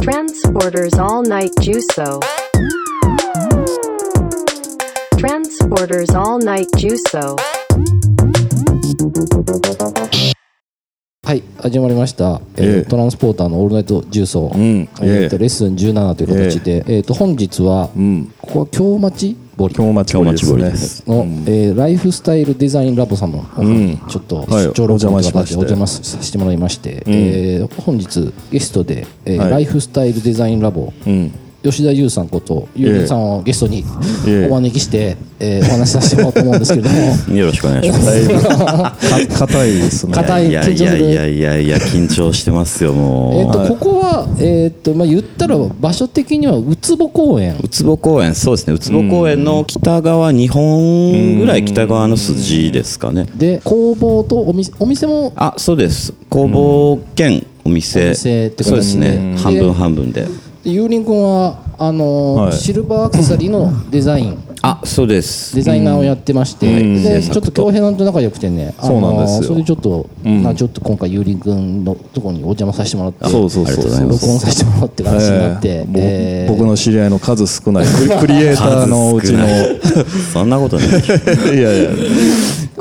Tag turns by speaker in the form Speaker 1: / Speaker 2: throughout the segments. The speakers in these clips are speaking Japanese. Speaker 1: Transporters All Night Juso. Transporters All Night Juso.
Speaker 2: はい始まりました、えー
Speaker 3: ええ
Speaker 2: トランスポーターのオールナイト重奏、え
Speaker 3: ん
Speaker 2: ー
Speaker 3: え
Speaker 2: と
Speaker 3: え
Speaker 2: レッスン17という形で、えーと本日は、
Speaker 3: ん
Speaker 2: ここは京町堀
Speaker 3: 京町堀です
Speaker 4: 京町堀
Speaker 3: ね
Speaker 4: です
Speaker 2: の、えーライフスタイルデザインラボさんの、ちょっと
Speaker 3: はい
Speaker 2: 出張録音という形でお邪
Speaker 3: お邪
Speaker 2: 魔
Speaker 3: 魔
Speaker 2: させてもらいまして、えー本日ゲストで、えー
Speaker 3: はい
Speaker 2: ライフスタイルデザインラボ、
Speaker 3: ん
Speaker 2: 吉田優さんこと優さんをゲストに
Speaker 3: ええ
Speaker 2: お招きして、えーお話しさせてもらおうと思うんですけれども
Speaker 4: よろしくお願いします。
Speaker 3: か硬いですね
Speaker 2: 硬い
Speaker 4: いや
Speaker 2: 緊張
Speaker 4: い
Speaker 2: す
Speaker 4: や
Speaker 2: る
Speaker 4: いやいやいや緊張してますよ
Speaker 2: えっ
Speaker 4: もう。
Speaker 2: とここは、えっとまあ、言ったら場所的にはウツボ公園
Speaker 4: うつぼ公園そうですねうつぼ公園の北側2本ぐらい北側の筋ですかね。
Speaker 2: で工房とお店お店も
Speaker 4: あそうです工房兼お店。
Speaker 2: お店って形で
Speaker 4: そうです
Speaker 2: うん
Speaker 4: ね半分半分で。
Speaker 2: ゆうりんくんはあのー
Speaker 3: はい
Speaker 2: シルバーアクセサリーのデザイン
Speaker 4: あそうです
Speaker 2: デ。ザイナーをやってまして、
Speaker 4: うん
Speaker 2: で
Speaker 4: はい
Speaker 2: ちょっと恭平さんと仲良くてね、あのー
Speaker 3: そうなんですよ
Speaker 2: それでちょっと、まあちょっと今回ゆうりんくんのところにお邪魔させてもらって、
Speaker 3: そうそう
Speaker 4: ありが
Speaker 3: そ
Speaker 4: と
Speaker 3: う
Speaker 4: うございます
Speaker 2: 録音させてもらうって話になって、
Speaker 3: ええぼ
Speaker 2: えー
Speaker 3: 僕の知り合いの数少 ないクリクリエイターのうちのい
Speaker 4: 数少ない そんなことない。
Speaker 3: やいや、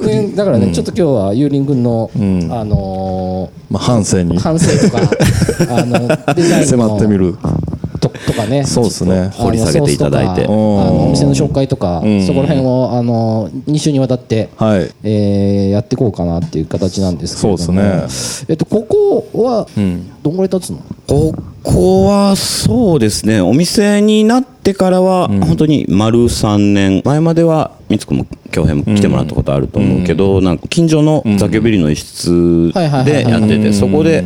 Speaker 2: でだからね、ちょっと今日はゆうりんくんの、あの
Speaker 3: まあ、反省に
Speaker 2: ー反省 とかあのデザイン
Speaker 3: 迫
Speaker 2: の
Speaker 3: ってみる
Speaker 2: ととかね
Speaker 3: そうですね
Speaker 4: 掘り下げていただいて
Speaker 2: あのソースとかあのお店の紹介とか、
Speaker 3: ん
Speaker 2: そこら辺をあの2週にわたって、
Speaker 3: はい
Speaker 2: えーやっていこうかなっていう形なんですけれども
Speaker 3: そうで
Speaker 2: えっと、ここはどんぐらい経つの、
Speaker 4: ここはそうですねお店になってからは本当に丸3年前まではみつくも恭平も来てもらったことあると思うけど、なんか近所のザケビリの一室
Speaker 2: はいはいはい
Speaker 4: で
Speaker 2: はい
Speaker 4: やっててそこで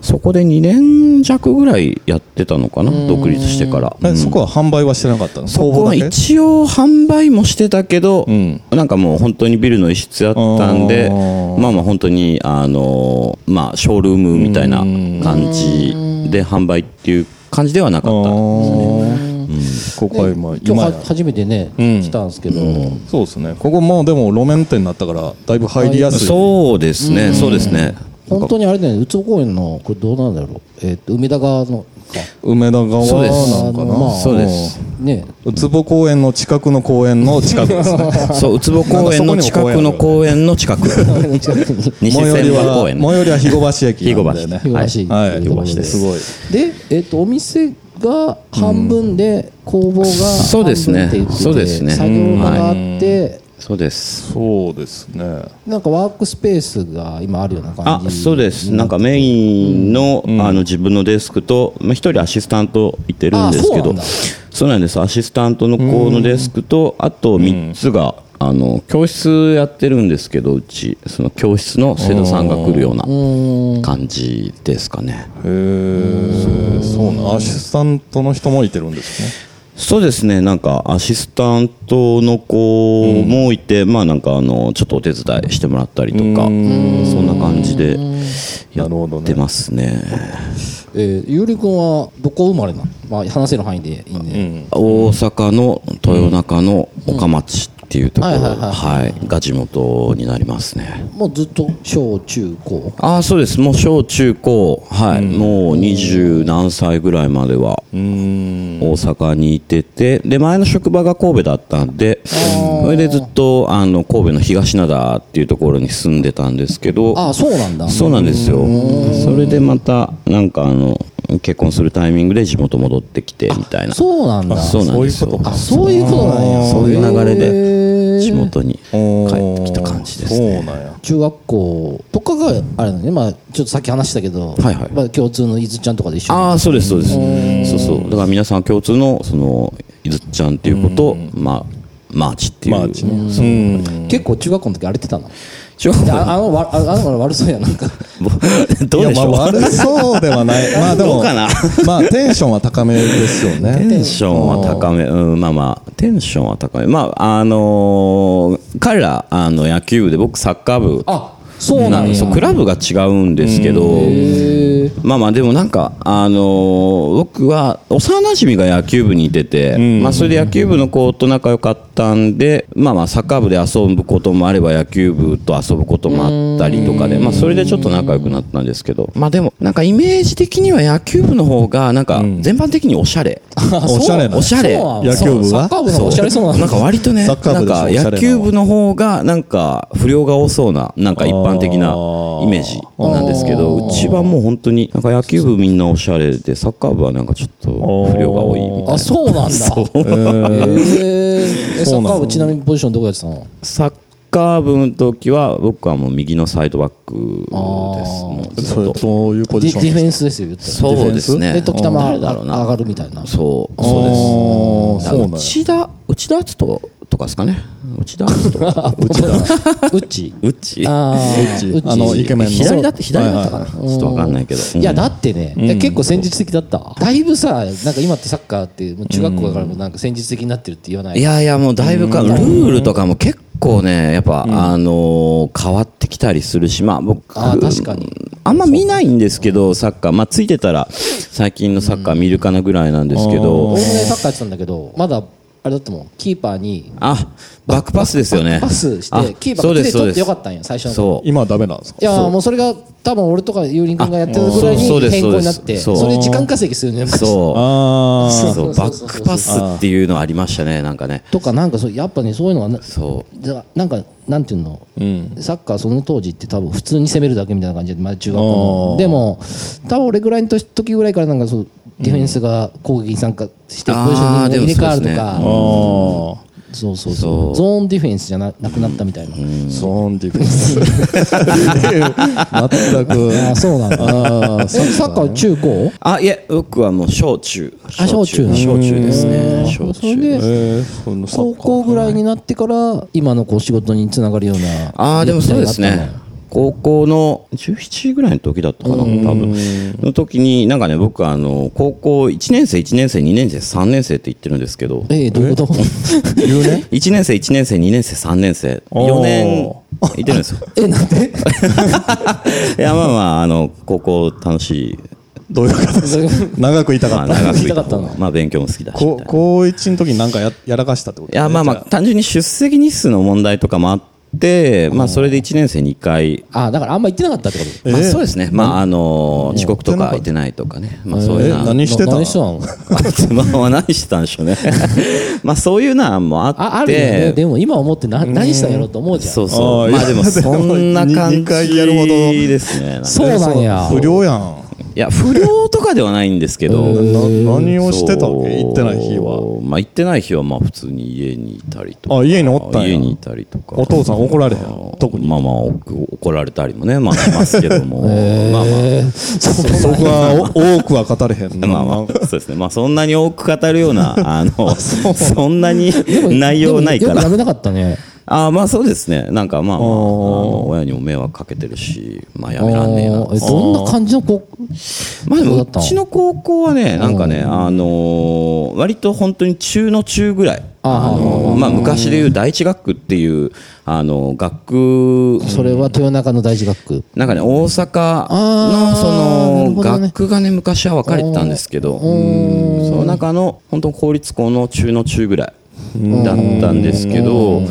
Speaker 4: そこで2年弱ぐらいやってたのかな独立してから。
Speaker 3: えそこは販売はしてなかったの
Speaker 4: そこは
Speaker 3: 工房だけ
Speaker 4: 一応販売もしてたけど、
Speaker 3: ん
Speaker 4: なんかもう本当にビルの一室あったんで
Speaker 3: あー
Speaker 4: まあまあ本当にあのまあショールームみたいな感じで販売っていう感じではなか
Speaker 3: あ
Speaker 4: った
Speaker 3: ーここは今
Speaker 2: 今日
Speaker 3: 今
Speaker 2: は
Speaker 3: や
Speaker 2: 初めてね、来たんですけど、
Speaker 3: そうですねここもうでも路面店になったからだいぶ入りやすい
Speaker 4: そうですねそうですね
Speaker 2: 本当にあれだよね、宇都公園の、これどうなんだろう、えっと梅田側のか、
Speaker 3: 梅田川
Speaker 4: そうで
Speaker 3: な
Speaker 4: す
Speaker 3: んか
Speaker 2: まあ
Speaker 3: な
Speaker 4: そうです
Speaker 2: ね、
Speaker 3: うつぼ公園の近くの公園の近くですね
Speaker 4: そうウツボ公園の近くの公園の近く
Speaker 2: 近 くに
Speaker 4: 西
Speaker 3: 最寄
Speaker 4: 千
Speaker 3: り
Speaker 4: 葉
Speaker 3: は
Speaker 4: 公
Speaker 3: 最
Speaker 4: 園ね
Speaker 3: 寄りは肥後橋駅なんだよね
Speaker 4: 肥後
Speaker 2: 東市
Speaker 3: はい
Speaker 2: というところ
Speaker 3: はい
Speaker 2: で。
Speaker 3: すごい
Speaker 2: で、えっとお店が半分で、工房が半
Speaker 4: そう
Speaker 2: 分
Speaker 4: で
Speaker 2: って
Speaker 4: すね
Speaker 2: 言ってて
Speaker 4: そうですね
Speaker 2: 作業場があって、
Speaker 4: そうです
Speaker 3: そうですね
Speaker 2: なんかワークスペースが今あるような感
Speaker 4: あ
Speaker 2: じ
Speaker 4: そうですなんかメインの,、あの自分のデスクとまあ一人アシスタントいてるんです
Speaker 2: あそう
Speaker 4: け
Speaker 2: な
Speaker 4: ど
Speaker 2: んだ
Speaker 4: そうなんですアシスタントの子のデスクとあと3つが、あの教室やってるんですけどうちその教室の生徒さんが来るような感じですかね
Speaker 3: へえそうなんアシスタントの人もいてるんですね
Speaker 4: そうですねなんかアシスタントの子もいて、まあなんかあのちょっとお手伝いしてもらったりとかそんな感じでや
Speaker 3: なるほど
Speaker 4: っ
Speaker 3: ね
Speaker 4: てますね。
Speaker 2: えー、ゆうりくんはどこ生まれなの、まあ、話せる範囲でいいんで、
Speaker 4: 大阪の豊中の岡町っていうところ、
Speaker 2: うんはいはいは
Speaker 4: はい、が地元になりますね。
Speaker 2: もうずっと小中高
Speaker 4: ああ、そうです。もう小中高、はい、もう二十何歳ぐらいまでは大阪にいてて、で前の職場が神戸だったんで、それでずっとあの神戸の東灘っていうところに住んでたんですけど、
Speaker 2: ああそうなんだ
Speaker 4: そうなんですよ。それでまたなんかあの結婚するタイミングで地元戻ってきてみたいな。
Speaker 2: そうなんだ
Speaker 4: そうなんです
Speaker 3: そういう
Speaker 4: よ
Speaker 3: こ。
Speaker 2: あそういうことなんや
Speaker 4: そういう流れ
Speaker 2: へー
Speaker 4: で地元に帰ってきた感じですね。
Speaker 3: そうなんや
Speaker 2: 中学校とかがあれだね、まあ、ちょっとさっき話したけど、
Speaker 4: はいはい
Speaker 2: まあ、共通の伊豆ちゃんとかで一緒に
Speaker 4: ああそうですそうです。そうそう。だから皆さん共通のその伊豆ちゃんっていうこと、まあマーチっていう。
Speaker 3: マーチね
Speaker 2: 結構中学校の時荒れてたの
Speaker 4: 中学
Speaker 2: いやああのわああの悪そうやなんか
Speaker 4: 校 ど
Speaker 3: いうや
Speaker 4: でし
Speaker 3: まあ
Speaker 4: ょう。
Speaker 3: 悪そうでは ないまあで
Speaker 4: ど
Speaker 3: も
Speaker 4: うかな
Speaker 3: まあテンションは高めですよ
Speaker 4: テ
Speaker 3: ね
Speaker 4: ンションは高め、うん、まあまあ、テンションは高め、まあ、あのー彼ら、あの野球部で、僕、サッカー部
Speaker 2: あそうなんや
Speaker 4: そうクラブが違うんですけどまあまあでもなんかあのー僕は幼馴染が野球部にいてて、まあ、それで野球部の子と仲良かったんで、まあまあサッカー部で遊ぶこともあれば野球部と遊ぶこともあったりとかで、まあ、それでちょっと仲良くなったんですけどまあでもなんかイメージ的には野球部の方がなんか全般的におしゃれ、
Speaker 3: おしゃれな
Speaker 4: おしゃれ
Speaker 2: そう
Speaker 3: 野球部
Speaker 2: そ
Speaker 3: は
Speaker 2: うサッカー部の方がおしゃれそうな
Speaker 4: なんか割とね、
Speaker 3: サッカー
Speaker 4: な
Speaker 3: 部
Speaker 4: ん
Speaker 3: でしょ
Speaker 4: か
Speaker 3: おしゃれなのは
Speaker 4: 野球部の方が、なんか不良が多そうな、なんか一般的な
Speaker 3: あー
Speaker 4: イメージなんですけど、うちはもう本当に、なんか野球部みんなおしゃれで、サッカー部はなんかちょっと不良が多いみたい
Speaker 2: あ
Speaker 4: な。
Speaker 2: そうなんだ
Speaker 4: そう
Speaker 2: ええサ
Speaker 3: そう
Speaker 2: ッ
Speaker 3: な
Speaker 2: カー
Speaker 3: の
Speaker 2: 部ちなみにポジションどこやってたの
Speaker 4: サッカー部の時は、僕はもう右のサイドバックです。もうずっ
Speaker 3: それ
Speaker 4: と
Speaker 3: そういうポ
Speaker 2: デ
Speaker 3: ジ
Speaker 2: ィ
Speaker 3: シ
Speaker 2: デ
Speaker 3: ョン
Speaker 2: ィフェンスですよ言ったら
Speaker 4: そうですね。
Speaker 2: で時たま
Speaker 4: 誰だろう
Speaker 2: 上
Speaker 4: な。
Speaker 2: がるみたいな
Speaker 4: そう、
Speaker 3: あ
Speaker 4: そ
Speaker 3: ー
Speaker 4: うです。
Speaker 3: そうなんや
Speaker 4: 内田、内田篤人とかですかね。内田篤人。
Speaker 2: うち
Speaker 4: うち。
Speaker 2: あ
Speaker 3: うち
Speaker 2: ーうち
Speaker 3: あのイケメンの
Speaker 4: 左だって左だったかな、
Speaker 3: はい
Speaker 4: ちょっとわかんないけど、
Speaker 2: いやだってね、いや結構戦術的だったわだいぶさなんか今ってサッカーってもう中学校だからもうなんか戦術的になってるって言わないい
Speaker 4: やいやもうだいぶかルールとかも結構ねやっぱ、あのー変わってきたりするしまあ僕
Speaker 2: あー確かに
Speaker 4: あんま見ないんですけどサッカーまあついてたら最近のサッカー見るかなぐらいなんですけど、
Speaker 2: 俺もねサッカーやってたんだけどまだあれだったもんキーパー に
Speaker 4: あバックパスですよね
Speaker 2: パスし
Speaker 4: あ
Speaker 2: てキーパ
Speaker 4: そ
Speaker 2: ー
Speaker 4: う
Speaker 2: が手です
Speaker 4: でそう
Speaker 2: 取って
Speaker 4: です
Speaker 2: よかったんや最初の頃
Speaker 4: そ
Speaker 3: 今はダメなんですか
Speaker 2: いやもうそれが多分俺とかゆうりんくんがやってるぐらい
Speaker 4: あそう
Speaker 2: に
Speaker 4: です
Speaker 2: 変更になって
Speaker 4: そうですそう
Speaker 2: それで時間稼ぎするのよ
Speaker 4: うそ
Speaker 3: あ
Speaker 4: う
Speaker 3: ー
Speaker 4: そうバックパスっていうのありましたねなんかね
Speaker 2: とかなんかそうやっぱねそういうのはな
Speaker 4: そう
Speaker 2: じゃあなんかなんていうの、サッカーその当時って多分普通に攻めるだけみたいな感じでまだ中学校のでも多分俺ぐらいの時ぐらいからなんかそうディフェンスが攻撃に参加してポジショ
Speaker 4: あー
Speaker 2: ンに
Speaker 4: でも
Speaker 2: 入れ替わると
Speaker 4: そうです
Speaker 2: か
Speaker 3: あー
Speaker 2: そうそうそうゾーンディフェンスじゃななくなったみたいな、
Speaker 3: ゾーンディフェンス全く
Speaker 2: ああそう なんだえサッカー中高
Speaker 4: あいえ僕はもう小中
Speaker 2: あ小中
Speaker 4: 小小中ですね小
Speaker 2: それ
Speaker 4: 中
Speaker 2: で
Speaker 3: えーそのサッ
Speaker 2: 高
Speaker 3: カー
Speaker 2: 校ぐらいになってから今のこう仕事につながるような
Speaker 4: ああ、でもそうです
Speaker 2: 時代があっ
Speaker 4: ね
Speaker 2: たの。
Speaker 4: 高校の17ぐらいの時だったかな、多分。の時に、なんかね、僕、あの、高校1年生、1年生、2年生、3年生って言ってるんですけど、
Speaker 2: ええどういうこと
Speaker 3: 留年
Speaker 4: 1年生、1年生、2年生、3年生、
Speaker 3: おー
Speaker 4: 4年いてるんですよ。
Speaker 2: えなんで
Speaker 4: いや、まあまあ、あの、高校楽しい。
Speaker 3: どういう形長くいた
Speaker 4: ま
Speaker 3: か
Speaker 4: あ、
Speaker 3: った
Speaker 4: 長くい
Speaker 2: 聞いたか
Speaker 4: た
Speaker 2: ったの
Speaker 4: まあ、勉強も好きだし。み
Speaker 3: こ
Speaker 4: たいな
Speaker 3: 高1の時になんかややらかしたってこと
Speaker 4: いや、まあまあ、単純に出席日数の問題とかもあって、まあ、それで1年生2回、
Speaker 2: ああだからあんま言ってなかったってこと
Speaker 4: まあ、そうですね。まあ、あの、遅刻とかいてないとかね。まあ、そういう
Speaker 3: え
Speaker 4: な。
Speaker 3: 何してた
Speaker 2: な何してたの
Speaker 4: 妻は何してたんで しょうねまあそういうのもあって
Speaker 2: ああるよねでも今思ってな何したんやろうと思うじゃん
Speaker 4: そうそう
Speaker 3: あー
Speaker 4: まあでもそんな感
Speaker 3: 二回やるほど
Speaker 4: じですねなんか
Speaker 2: そうなんや
Speaker 3: 不良やん
Speaker 4: いや不良とかではないんですけど
Speaker 3: な何をしてたっ
Speaker 4: そう
Speaker 3: け行ってない日は
Speaker 4: まあ行ってない日はまあ普通に家にいたりとか
Speaker 3: あ家におったんや
Speaker 4: 家にいたりとか
Speaker 3: お父さん怒られへん 特に
Speaker 4: まあまあお怒られたりもねまあしますけど もまあまあ
Speaker 3: そこはお多くは語れへんな
Speaker 4: まあまあ、そうですね。まあそんなに多く語るような、あ の、そんなに内容ないか
Speaker 2: でもよく
Speaker 4: ら
Speaker 2: や。めなかったね
Speaker 4: ああ、まあそうですね。なんかまあ、まああ
Speaker 3: あー
Speaker 4: の親にも迷惑かけてるし、まあやめらんねえな
Speaker 2: あー。えどんな感じのこう
Speaker 4: まあで
Speaker 2: そうだ
Speaker 4: も、う
Speaker 2: った
Speaker 4: ちの高校はね、なんかね、あのー、割と本当に中の中ぐらい。
Speaker 2: あー
Speaker 4: あのーまあ昔でいう第一学区っていう、あのー、学区、
Speaker 2: それは豊中の大事学区
Speaker 4: なんかね、大阪
Speaker 2: あーなるほ
Speaker 4: のその
Speaker 2: どね
Speaker 4: 学区がね、昔は分かれてたんですけど、うんその中の本当公立校の中の中ぐらいだったんですけど、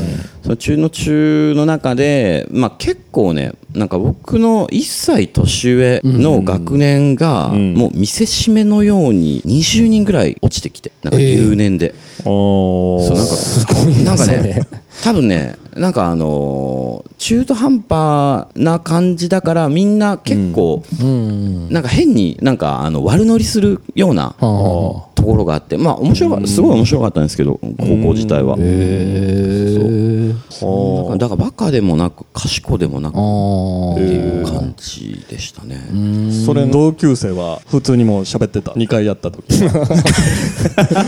Speaker 4: その中の中の中で、まあ結構ね、なんか僕の1歳年上の学年が、もう見せしめのように20人ぐらい落ちてきて、なんか留年で。
Speaker 3: お
Speaker 4: そうなんかなんか
Speaker 2: そ
Speaker 4: ね
Speaker 2: れ、
Speaker 4: 多分ね、なんかあのー中途半端な感じだから、みんな結構、なんか変になんかあの悪乗りするような
Speaker 2: あ
Speaker 4: ところがあって、まあ面白かすごい面白かったんですけど、高校自体は。そうなんかだからバカでもなく、賢でもなく
Speaker 2: あ
Speaker 4: っ
Speaker 2: ー
Speaker 4: ていう感じでしたね。
Speaker 3: それ同級生は普通にもう喋ってた2回やった 時い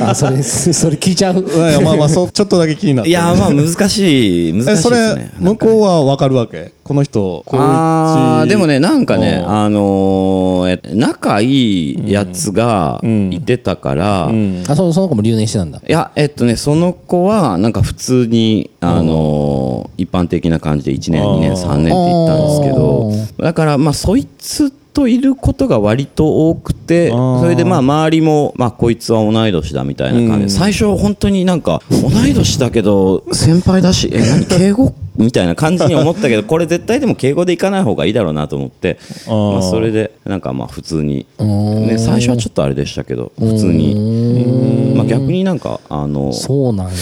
Speaker 2: あそれそれ聞いちゃう
Speaker 3: やいやまあまあ そうちょっとだけ気になって
Speaker 4: いやー、まあ難しい、難しい
Speaker 3: え
Speaker 4: です
Speaker 3: それ
Speaker 4: ね。
Speaker 3: 向こうは分かるわけこの人高一
Speaker 4: あーでもね、なんかね、
Speaker 3: うん
Speaker 4: あのーえ仲いいやつが
Speaker 3: ん
Speaker 4: いてたかから、
Speaker 2: あそのその子も留年してたんだ
Speaker 4: いや、えっとね、その子は、なんか普通に、あのー一般的な感じで1年、
Speaker 3: あー
Speaker 4: 2年、3年って言ったんですけど、だから、まあ、そいつといることが割と多くて、
Speaker 3: あー
Speaker 4: それで、まあ、周りも、まあ、こいつは同い年だみたいな感じで、
Speaker 3: うん
Speaker 4: 最初、本当になんか、同い年だけど、先輩だし、え、何、敬語 みたいな感じに思ったけど、これ絶対でも敬語でいかない方がいいだろうなと思って、
Speaker 3: あー
Speaker 4: まあ、それで、なんかまあ、普通に、
Speaker 2: ん
Speaker 4: ね、最初はちょっとあれでしたけど、普通に、まあ、逆になんか、あの、
Speaker 2: そうなんや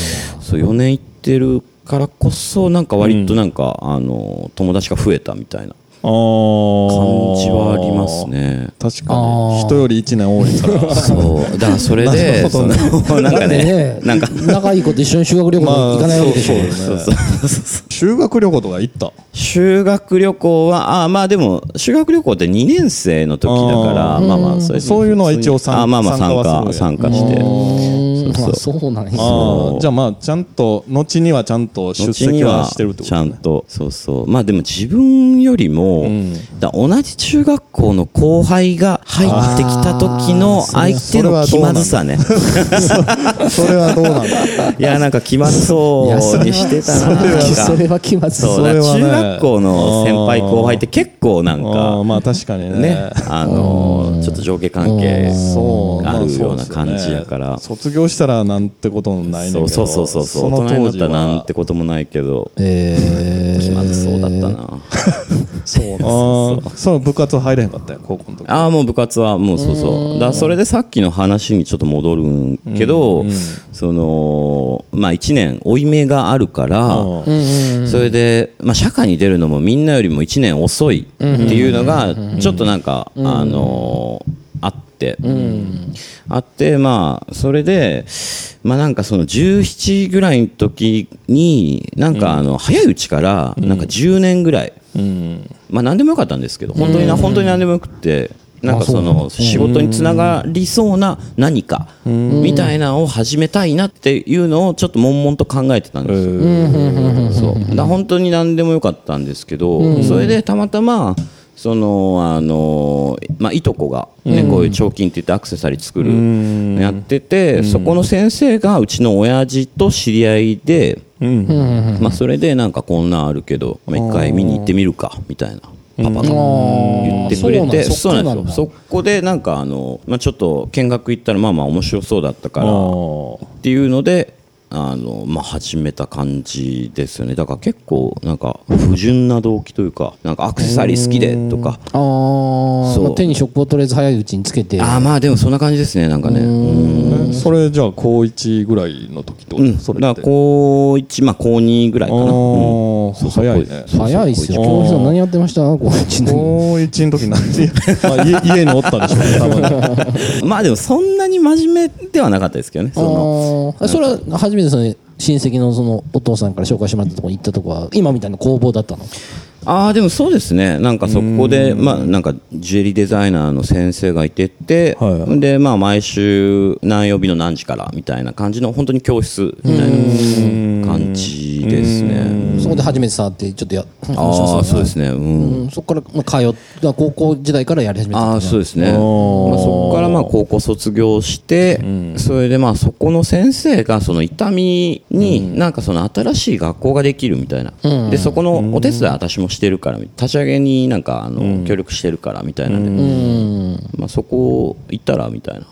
Speaker 4: そう4年行ってるからこそなんか割となんか、あの友達が増えたみたい
Speaker 3: あ
Speaker 4: な感
Speaker 3: ー
Speaker 4: じはあります。ね。
Speaker 3: 確か
Speaker 2: あー
Speaker 3: に。人より1年多い から。
Speaker 4: そうだからそれ
Speaker 3: な
Speaker 4: で
Speaker 3: るほ
Speaker 4: そ
Speaker 3: ど
Speaker 4: の
Speaker 3: ね
Speaker 4: なんかねなんか
Speaker 2: 仲いい子と一緒に修学旅行行かないわけでしょ、
Speaker 3: そうそう修学旅行とか行った。
Speaker 4: 修学旅行はあーまあでも修学旅行って2年生の時だから
Speaker 3: あ
Speaker 4: まあまあそれ
Speaker 3: そういうのは一応参
Speaker 4: あーまあまあ
Speaker 3: 参加
Speaker 4: 参
Speaker 3: は
Speaker 4: 加
Speaker 3: する
Speaker 4: 参加して
Speaker 2: うん
Speaker 4: そう
Speaker 2: そ
Speaker 4: そう
Speaker 2: うそうなんや
Speaker 3: あ
Speaker 4: そう
Speaker 3: あ、じゃあまあ、ちゃんと、後にはちゃんと出
Speaker 4: 後
Speaker 3: 席
Speaker 4: に
Speaker 3: は
Speaker 4: は
Speaker 3: してるってこ
Speaker 4: ち
Speaker 3: と
Speaker 4: ゃ
Speaker 3: ね
Speaker 4: んとそうそうまあでも自分よりも、
Speaker 3: ん
Speaker 4: だ同じ中学校の後輩が入ってきた時の相手の気まずさね
Speaker 3: それはどうなんだ
Speaker 4: いやなんか気まずそうにしてた な
Speaker 2: それは
Speaker 4: なんか
Speaker 2: それは気まず
Speaker 4: そ
Speaker 2: そうう
Speaker 4: だ
Speaker 3: それはね
Speaker 4: 中学校の先輩後輩って結構な
Speaker 3: あ
Speaker 4: ん
Speaker 3: ー
Speaker 4: か
Speaker 3: まあ確かに
Speaker 4: ね
Speaker 3: ね。
Speaker 4: あのーちょっと上下関係
Speaker 3: そうま
Speaker 4: あ
Speaker 3: そう
Speaker 4: る
Speaker 3: です
Speaker 4: よ
Speaker 3: よ
Speaker 4: う
Speaker 3: ね
Speaker 4: な感じだから
Speaker 3: 卒業したらなんてこともないねんけ
Speaker 4: そう
Speaker 3: ど
Speaker 4: そうそうそうそ
Speaker 3: そ
Speaker 4: う
Speaker 3: の
Speaker 4: 大人
Speaker 3: 当
Speaker 4: に
Speaker 3: 時は
Speaker 4: なったらなんてこともないけど
Speaker 2: えー
Speaker 4: 気まずそうだったな
Speaker 2: そうなん
Speaker 3: ああその部活入れへんかったよ高校の時
Speaker 4: ああ、もう部活は、もうそうそう。だからそれでさっきの話にちょっと戻るんけど、その、まあ一年、負い目があるから、それで、まあ社会に出るのもみんなよりも一年遅いっていうのが、ちょっとなんか、あのーあって、あって、まあ、それで、まあなんかその17ぐらいの時に、なんかあの、早いうちから、なんか10年ぐらい、
Speaker 3: うん
Speaker 4: まあ何でもよかったんですけど本当にな本当に何でもよくってなんかその仕事につながりそうな何かみたいなのを始めたいなっていうのをちょっと悶々と考えてたんですよ。そうだから本当に何でもよかったんですけど、それでたまたまそのあの、まあ、いとこが、ねこういう彫金って言ってアクセサリー作るのやってて、そこの先生がうちの親父と知り合いで、まあ、それでなんかこんなんあるけど、まあ、一回見に行ってみるかみたいな。パパが言ってくれて、
Speaker 2: うん
Speaker 4: そうなんですよ。
Speaker 2: そ
Speaker 4: そこでなんかあの、まあ、ちょっと見学行ったらまあまあ面白そうだったから、っていうのであの、まあ、始めた感じですよねだから結構なんか不純な動機というかなんかアクセサリー好きでとか
Speaker 2: あー
Speaker 4: そう
Speaker 2: まあ手に職をとりあえず早いうちにつけて
Speaker 4: ああまあでもそんな感じですねなんかねうん
Speaker 3: えそれじゃあ高1ぐらいの時ってこ
Speaker 4: う
Speaker 3: と
Speaker 4: ん、だ
Speaker 3: それ
Speaker 4: から
Speaker 3: って
Speaker 4: 高1、まあ高2ぐらい
Speaker 3: あ
Speaker 4: かな。うん
Speaker 3: ー早いね
Speaker 2: 早いっすよ
Speaker 3: あー
Speaker 2: 京平さん何やってましたこう一年
Speaker 3: 高1の時何 まあ家家におったでしょう ね多分
Speaker 4: まあでもそんなに真面目ではなかったですけどね。その
Speaker 2: あーそれは初めてその親戚のそのお父さんから紹介してもらったとこに行ったとこは今みたいな工房だったの
Speaker 4: ああでもそうですねなんかそこでまあなんかジュエリーデザイナーの先生がいてて、
Speaker 3: は
Speaker 4: でまあ毎週何曜日の何時からみたいな感じの本当に教室みたいな感じですね
Speaker 2: そこで初めて触ってちょっとや
Speaker 4: ああそうですねうん
Speaker 2: うんそこからまあ通っ高校時代からやり始めた
Speaker 4: ああそうですね、まあ、そこからまあ高校卒業して、それでまあそこの先生がその痛みになんかその新しい学校ができるみたいな、でそこのお手伝い私もしてるから立ち上げになんかあの協力してるからみたいなんで、まあ、そこ行ったらみたいな、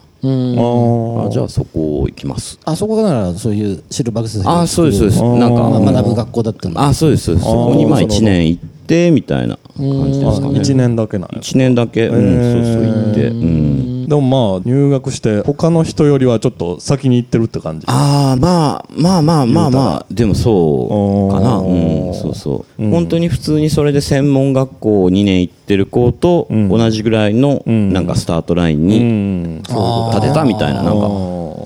Speaker 4: あじゃあそこ行きます
Speaker 2: あそこがならそういうシルバーグセサリー
Speaker 4: ああそうですそうです
Speaker 2: 作る
Speaker 4: なんか
Speaker 2: まあ学ぶ学校だったの
Speaker 4: あそうですそうですそこにまあ1年行ってみたいな感じですかね
Speaker 3: 1年だけなんや
Speaker 4: 1年だけ、うん、そうそう行ってうん
Speaker 3: でもまあ入学して他の人よりはちょっと先に行ってるって感じ
Speaker 4: ああまあまあまあまあまあでもそうかな
Speaker 3: お
Speaker 4: うんそうそう、本当に普通にそれで専門学校2年行ってる子と同じぐらいのなんかスタートライン
Speaker 3: う
Speaker 4: に
Speaker 3: ん
Speaker 4: 立てたみたいななんか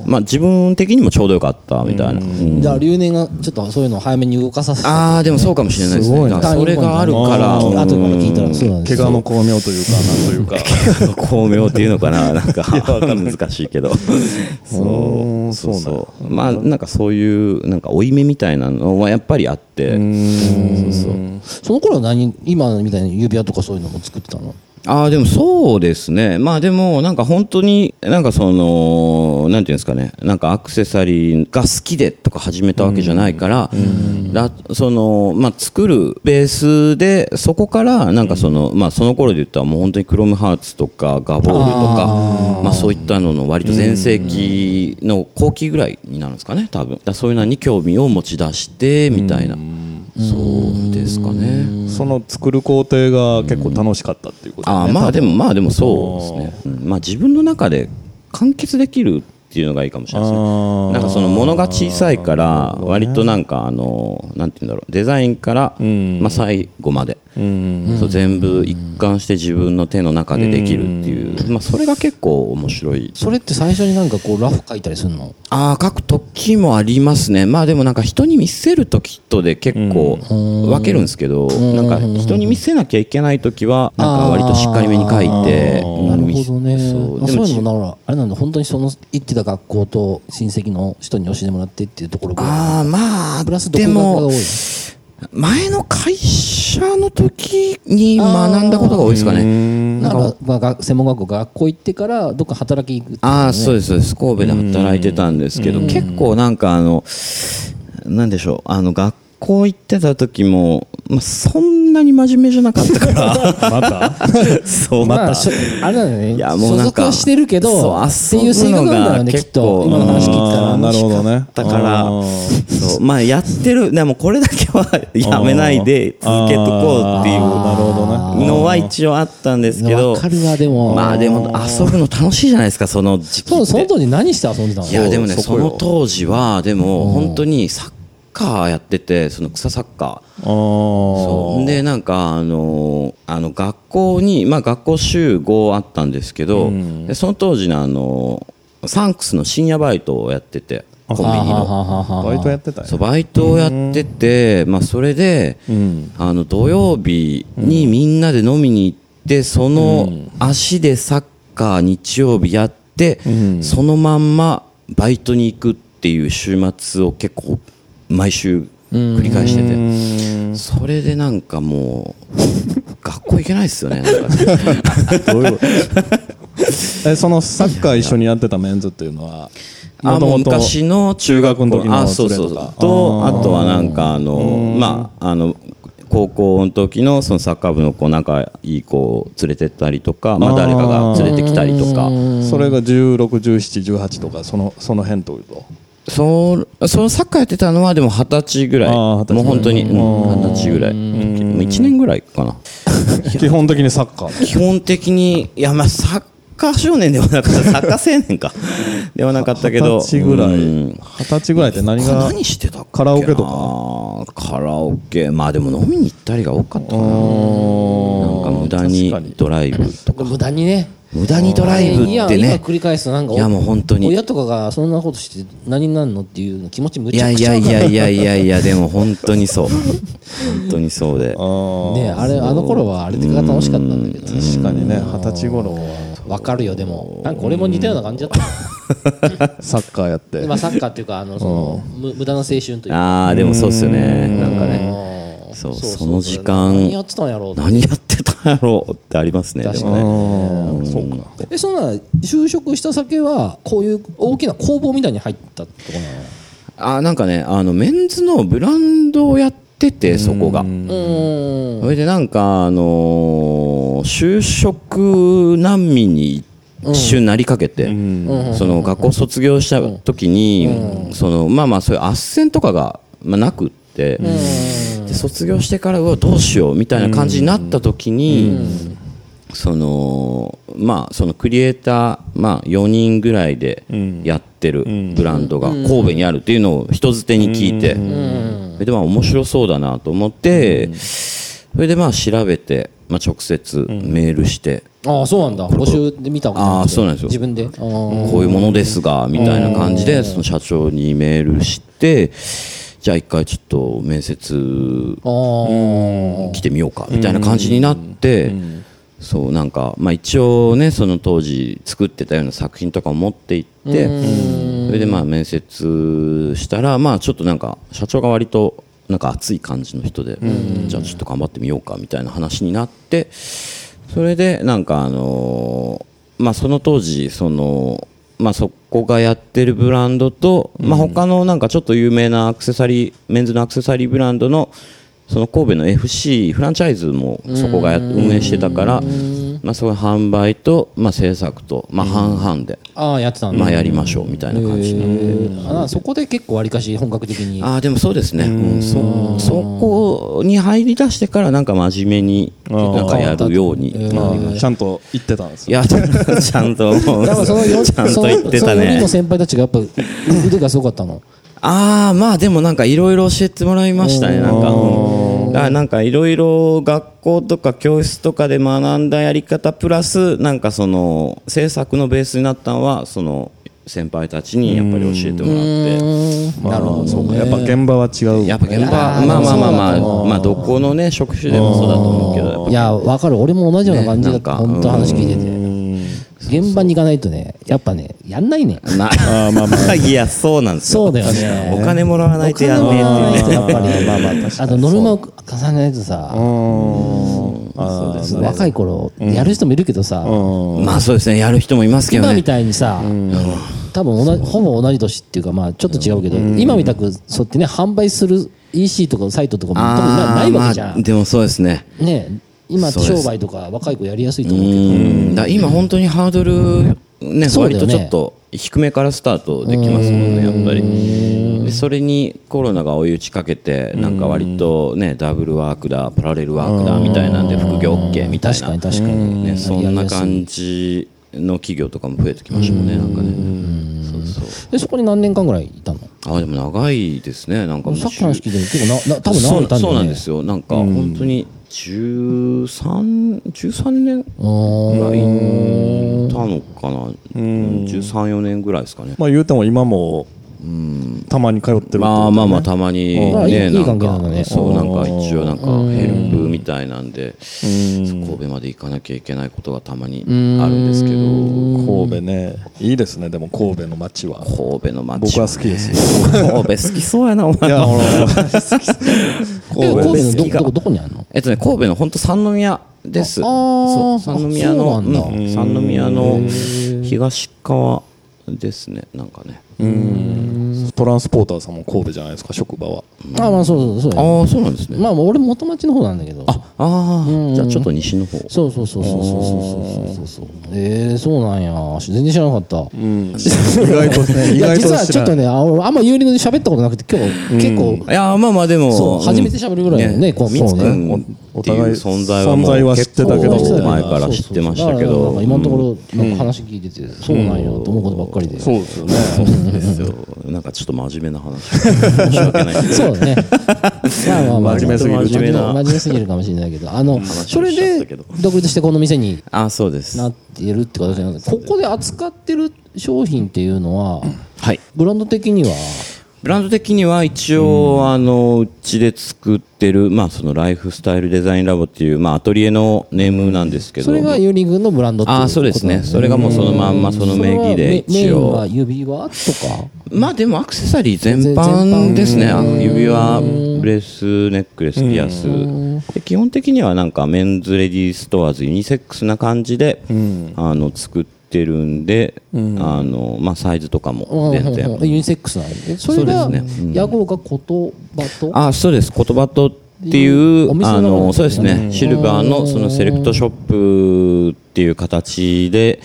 Speaker 4: まあ自分的にもちょうどよかったみたいな、うん
Speaker 2: じゃあ留年がちょっとそういうのを早めに動かさせて
Speaker 4: ああでもそうかもしれないです
Speaker 3: すご
Speaker 4: ね
Speaker 3: いな
Speaker 4: だからそれがあるから
Speaker 2: あ
Speaker 4: うん
Speaker 2: とから聞いたらそうなんで
Speaker 3: 怪
Speaker 2: す
Speaker 3: 我の巧妙というかなんというか
Speaker 4: 巧妙っていうのか な、なんか難しいけど、 そうそうそう、まあなんかそういうなんか負い目みたいなのはやっぱりあって、そうそう
Speaker 2: その頃は何今みたいに指輪とかそういうのも作ってたの
Speaker 4: ああでもそうですね、まあでも、なんか本当に、なんかその、なんていうんですかね、なんかアクセサリーが好きでとか始めたわけじゃないから、だそのまあ、作るベースで、そこから、なんかその、まあその頃で言ったら、もう本当にクロムハーツとか、ガボールとか、まあそういったのの、割と全盛期の後期ぐらいになるんですかね、多分だからそういうのに興味を持ち出してみたいな、そうですかね。
Speaker 3: その作る工程が結構楽しかったっていうこと
Speaker 4: あ
Speaker 3: ね
Speaker 4: ーまあでもまあでもそうですね、うんまあ、自分の中で完結できるっていうのがいいかもしれないですね
Speaker 3: あー
Speaker 4: なんかその物が小さいから割となんかあのなんて言うんだろうデザインから
Speaker 3: ん
Speaker 4: まあ最後まで
Speaker 3: うん
Speaker 4: そう全部一貫して自分の手の中でできるっていうまあそれが結構面白い
Speaker 2: それって最初になんかこうラフ描いたりするの
Speaker 4: ああ書く時もありますねまあでもなんか人に見せる時とで結構分けるんですけどなんか人に見せなきゃいけない時はなんか割としっかりめに書いて
Speaker 2: なる
Speaker 4: うん見
Speaker 2: ほ
Speaker 4: せ
Speaker 2: どね
Speaker 4: そう
Speaker 2: あ
Speaker 4: で
Speaker 2: そう
Speaker 4: も
Speaker 2: いう
Speaker 4: じ
Speaker 2: のもだからあれなんだ本当にその行ってた学校と親戚の人に教えてもらってっていうところが
Speaker 4: ああまあ
Speaker 2: プラス
Speaker 4: で
Speaker 2: 独学が
Speaker 4: も
Speaker 2: 多い
Speaker 4: 前の会社の時に学んだことが多いですかね
Speaker 2: なんかまあが専門学校学校行ってからどっか働きに行くっていう
Speaker 4: ああそうですそうです神戸で働いてたんですけど結構なんかあのなんでしょうあの学校行ってた時も、まあ、そんなに真面目じゃなかったから
Speaker 3: また
Speaker 4: そう
Speaker 2: まあ、しょあれだよね。
Speaker 4: いやもう
Speaker 2: 所
Speaker 4: なん
Speaker 2: 属
Speaker 4: か
Speaker 2: はしてるけど、って
Speaker 4: そう
Speaker 2: いう性格なんだろ
Speaker 4: 遊ぶのが
Speaker 2: うね、きっ
Speaker 4: 結構
Speaker 2: と。今の話聞いてた
Speaker 3: あー
Speaker 2: ら。
Speaker 3: なるほどね
Speaker 4: だから
Speaker 3: あー
Speaker 4: そうまあやってるでもこれだけは やめないで続けとこうっていう
Speaker 3: あーなるほどね
Speaker 4: のは一応あったんですけど
Speaker 2: わかるわ、でも。
Speaker 4: まあでも遊ぶの楽しいじゃないですかその時期って
Speaker 2: そう、その当時何して遊んでたの
Speaker 4: いやでもね
Speaker 3: そ
Speaker 4: そ
Speaker 3: こよ
Speaker 4: の当時はでも本当にサッカーやっててその草サッカー
Speaker 3: あー
Speaker 4: そうでなんかあのーあの学校にまあ学校週5あったんですけど、でその当時のあのーサンクスの深夜バイトをやっててコンビニ
Speaker 2: はあは
Speaker 4: の
Speaker 2: あはあはあ
Speaker 3: バイトやってたんや
Speaker 4: そうバイトをやってて、まあ、それで、
Speaker 3: うん
Speaker 4: あの土曜日にみんなで飲みに行ってその足でサッカー日曜日やって、
Speaker 3: ん
Speaker 4: そのまんまバイトに行くっていう週末を結構毎週繰り返してて、それでなんかもう 学校行けないですよねなんかね
Speaker 3: どういう えそのサッカー一緒にやってたメンズっていうのは
Speaker 4: あ
Speaker 3: 元
Speaker 4: もう
Speaker 3: 々
Speaker 4: 昔の中学校
Speaker 3: 中学の
Speaker 4: あ
Speaker 3: 時
Speaker 4: そ
Speaker 3: の連れとか
Speaker 4: うそうそうとあとはなんかあのまああの高校の時のそのサッカー部の子仲いい子を連れてったりとか、まあ、誰かが連れてきたりとか
Speaker 3: それが161718とかそのその辺ってこと
Speaker 4: そうそのサッカーやってたのはでも二十歳ぐらい
Speaker 3: あー
Speaker 4: も
Speaker 3: 二十歳
Speaker 4: う本当にうん二十歳ぐらいもう1年ぐらいかな
Speaker 3: 基本的にサッカー
Speaker 4: 基本的にいやまあサッカー少年ではなかったサッカー青 年かではなかったけど
Speaker 3: 二十歳ぐらい
Speaker 4: うん
Speaker 3: 二十歳ぐらいって何が
Speaker 4: 何してたっけな
Speaker 3: カラオケと
Speaker 4: カラオケまあでも飲みに行ったりが多かったかななんか無駄
Speaker 3: 確かに
Speaker 4: にドライブとか
Speaker 2: 無駄にね。
Speaker 4: 無駄にドライブ
Speaker 2: い
Speaker 4: っ
Speaker 2: や
Speaker 4: て
Speaker 2: 今
Speaker 4: ね
Speaker 2: 繰り返すとなんか、
Speaker 4: いやもう本当に
Speaker 2: 親とかがそんなことして何になるのっていう気持ちむ
Speaker 4: い
Speaker 2: ちゃ
Speaker 4: や
Speaker 2: く
Speaker 4: い
Speaker 2: ちゃ
Speaker 4: や
Speaker 2: わ
Speaker 4: い
Speaker 2: かる
Speaker 4: やいやいやいやでも本当にそう本当にそうで
Speaker 2: ねあれ、あの頃はあれが楽しかったんだけどね。
Speaker 3: 確かにね二十歳頃は
Speaker 2: わかるよ、でも。なんか俺も似たような感じだった。
Speaker 3: サッカーやって
Speaker 2: まあサッカーっていうか、あの、その、む無駄な青春というか。
Speaker 4: ああでもそうっすよねなんかね
Speaker 2: うん
Speaker 4: そうその時間
Speaker 2: 何やってたんやろうって
Speaker 4: 何やってたんやろうってありますねでもね
Speaker 3: うんそうか
Speaker 2: えそんな就職した先はこういう大きな工房みたいに入ったとこなの
Speaker 4: あなんかねあのメンズのブランドをやっててそこが
Speaker 2: うん
Speaker 4: それでなんかあのー就職難民に一瞬なりかけて、その学校卒業した時に、そのまあまあそういう斡旋とかが、まあ、なくって、で卒業してからうわどうしようみたいな感じになった時に、そのまあそのクリエイター、まあ、4人ぐらいでやってるブランドが神戸にあるっていうのを人づてに聞いて、それでまあ面白そうだなと思って、それでまあ調べて、まあ、直接メールして、
Speaker 2: ああそうなんだ募集で見たこと
Speaker 4: あーそうなんですよ
Speaker 2: 自分であー
Speaker 4: こういうものですがみたいな感じでその社長にメールしてじゃあ一回ちょっと面接
Speaker 2: あー
Speaker 4: 来てみようかみたいな感じになってそうなんかまあ一応ねその当時作ってたような作品とかを持って行ってそれでまあ面接したらまあちょっとなんか社長が割となんか熱い感じの人でじゃあちょっと頑張ってみようかみたいな話になってそれでなんかあのーまあその当時そのまあそこがやってるブランドと、まあ他のなんかちょっと有名なアクセサリーメンズのアクセサリーブランドのその神戸の FC フランチャイズもそこがや運営してたから、まあそういう販売とまあ制作とまあ半々で、
Speaker 2: ああやってたんだ
Speaker 4: まあやりましょうみたいな感じになって。
Speaker 2: あそこで結構わりかし本格的に
Speaker 4: あーでもそうですね、うん、そそこに入り出してからなんか真面目になんかやるように
Speaker 3: まあ、ちゃんと言ってたんです
Speaker 4: い
Speaker 3: よ。
Speaker 4: や、 ちゃんと、もう
Speaker 2: だからそのよ
Speaker 4: ちゃんと
Speaker 2: その
Speaker 4: 言ってた
Speaker 2: その4人
Speaker 4: ね
Speaker 2: の。先輩たちがやっぱ腕がすごかったの
Speaker 4: ああ、まあでもなんかいろいろ教えてもらいましたね、なんか。うんだからなんかいろいろ学校とか教室とかで学んだやり方プラス、なんかその制作のベースになったのは、その先輩たちにやっぱり教えてもらって。
Speaker 3: まあ、そうか。やっぱ現場は違う。
Speaker 4: やっぱ現場、まあまあまあまあ、まあどこのね、職種でもそうだと思うけど、やっぱ
Speaker 2: いやわかる俺も同じような感じだった、
Speaker 4: ねなんか
Speaker 2: 本当話聞いてて現場に行かないとねやっぱねやんないね
Speaker 4: な いや、そうなんですよ。
Speaker 2: そうだよね
Speaker 4: お金もらわないとやんねえっていうね。
Speaker 2: やっぱり
Speaker 3: まあまあ確かに
Speaker 2: あとノルマを重ねないとさ
Speaker 3: あー
Speaker 2: 若い頃やる人もいるけどさ
Speaker 4: まあそうですね、やる人もいますけど
Speaker 2: 今
Speaker 4: ね
Speaker 2: み。たいにさ多分同じほぼ同じ年っていうかまあちょっと違うけど今みたくそうやってね販売する EC とかサイトとかも多分な
Speaker 4: あ
Speaker 2: な
Speaker 4: ー
Speaker 2: いわけじゃ
Speaker 4: まあ
Speaker 2: ん
Speaker 4: でもそうですね。
Speaker 2: ね今
Speaker 4: そうです
Speaker 2: 商売とか若い子やりやすいと
Speaker 4: う
Speaker 2: 思うけど
Speaker 4: ん。だから今本当にハードル、ね、
Speaker 2: そうだよ
Speaker 4: 割
Speaker 2: ね
Speaker 4: とちょっと低めからスタートできますもんね、やっぱり。でそれにコロナが追い打ちかけて、なんか割とね、ダブルワークだ、パラレルワークだみたいなんで、副業 OK みたい
Speaker 2: 確か
Speaker 4: な
Speaker 2: に。確かに
Speaker 4: ね、そんな感じの企業とかも増えてきましたもんね、なんかね。そうそう。
Speaker 2: でそこに何年間ぐらいいたの
Speaker 4: あーでも長いですねなんかもう
Speaker 2: さっきの話聞いてるけど結構なな多分
Speaker 4: そ
Speaker 2: 長
Speaker 4: う
Speaker 2: いたんだ
Speaker 4: そう
Speaker 2: よ
Speaker 4: なん
Speaker 2: ね
Speaker 4: ですよなんか本当に1313年ぐ
Speaker 2: う
Speaker 4: らいいたのかな134年ぐらいですかね
Speaker 3: まあ言うても今も、たまに通ってるってこと
Speaker 4: まあまあまあたまにね
Speaker 2: うんい
Speaker 4: ないん
Speaker 2: 関係なんだ
Speaker 4: か
Speaker 2: ね
Speaker 4: そうなんか一応なんかヘルプみたいなんで神戸まで行かなきゃいけないことがたまにあるんですけど
Speaker 3: 神戸ね。いいですね、でも神戸の街は。
Speaker 4: 神戸の街
Speaker 3: 僕は好きですよ。
Speaker 4: 神戸好きそうやなお
Speaker 3: い
Speaker 4: 前
Speaker 3: や、ほら、
Speaker 2: え神戸の
Speaker 3: 神戸
Speaker 4: 好
Speaker 2: ど
Speaker 4: きが
Speaker 2: どこどこにあるの
Speaker 4: えっとね、神戸の本当三宮です。
Speaker 2: ああ
Speaker 4: そう
Speaker 2: あ
Speaker 4: 三宮の
Speaker 2: そうなんだ
Speaker 4: うん三宮の東側ですね。なんかね。
Speaker 3: トランスポーターさんも神戸じゃないですか、職場は。
Speaker 2: あまあそうそうそうだよ
Speaker 4: ああ、そうなんですね。
Speaker 2: まあ俺元町の方なんだけど
Speaker 4: ああー、じゃあちょっと西の方。
Speaker 2: そうそうそうそうそうそうそうそうそうええそうなんや全然知らなかった、
Speaker 3: 意外とね、
Speaker 2: い
Speaker 3: 意
Speaker 2: や
Speaker 3: 外
Speaker 2: 実
Speaker 3: と
Speaker 2: は
Speaker 3: 知
Speaker 2: ちょ
Speaker 3: ら
Speaker 2: っ
Speaker 3: な
Speaker 2: と
Speaker 3: い。
Speaker 2: ねあ俺あんま有利の喋ったことなくて今日結構、
Speaker 4: いやーまあまあでも
Speaker 2: そう
Speaker 4: うん
Speaker 2: 初めて喋るぐらいだよねこう
Speaker 4: みつく
Speaker 2: そうん
Speaker 3: お
Speaker 4: っていう
Speaker 3: 互い
Speaker 4: 存在は
Speaker 3: 存在
Speaker 4: もう
Speaker 3: は知ってたけど
Speaker 4: 結
Speaker 2: そうだよ
Speaker 4: 構
Speaker 2: ね
Speaker 4: 前から知ってま
Speaker 2: そう
Speaker 4: したけ
Speaker 2: そうそうだからなん
Speaker 4: ど
Speaker 2: か今のところなんか話聞いてて、そうなんやと思うことばっかりで、
Speaker 3: そうですよね。
Speaker 4: そうですよなんかちょっと真面目な話申し訳ない
Speaker 2: そうだね。まあまあまあ、
Speaker 3: 真面目すぎる
Speaker 2: 真面目な
Speaker 4: 真面目な
Speaker 2: 真面目すぎるかもしれないけど、あの、
Speaker 4: 話をし
Speaker 2: それ
Speaker 4: ちゃった
Speaker 2: で
Speaker 4: けど
Speaker 2: 独立してこの店に
Speaker 4: あーそうです
Speaker 2: なっているって形なんですここで扱ってる商品っていうのは、
Speaker 4: はい
Speaker 2: ブランド的には、
Speaker 4: ブランド的には一応、あのうちで作ってる、まあ、そのライフスタイルデザインラボっていう、まあ、アトリエのネームなんですけど
Speaker 2: それがユーリングのブランドっていうこと
Speaker 4: あーそうですねそれがもうそのまんまその名義で一
Speaker 2: それは
Speaker 4: 応
Speaker 2: メメインは指輪とか、
Speaker 4: まあでもアクセサリー全
Speaker 2: 全全
Speaker 4: 般
Speaker 2: 般
Speaker 4: ですねあ指輪ブレスネックレスピアスで基本的にはなんかメンズレディーストアーズユニセックスな感じで、あの作ってるんで、あのまあ、サイズとかも全然、
Speaker 2: うんユニセックスなんで。それが、
Speaker 4: そうですねうん
Speaker 2: 野号が言葉と、
Speaker 4: あそうです言葉とっていう
Speaker 2: お店の
Speaker 4: あ
Speaker 2: 名前
Speaker 4: のそうですねシルバーのそのセレクトショップっていう形で、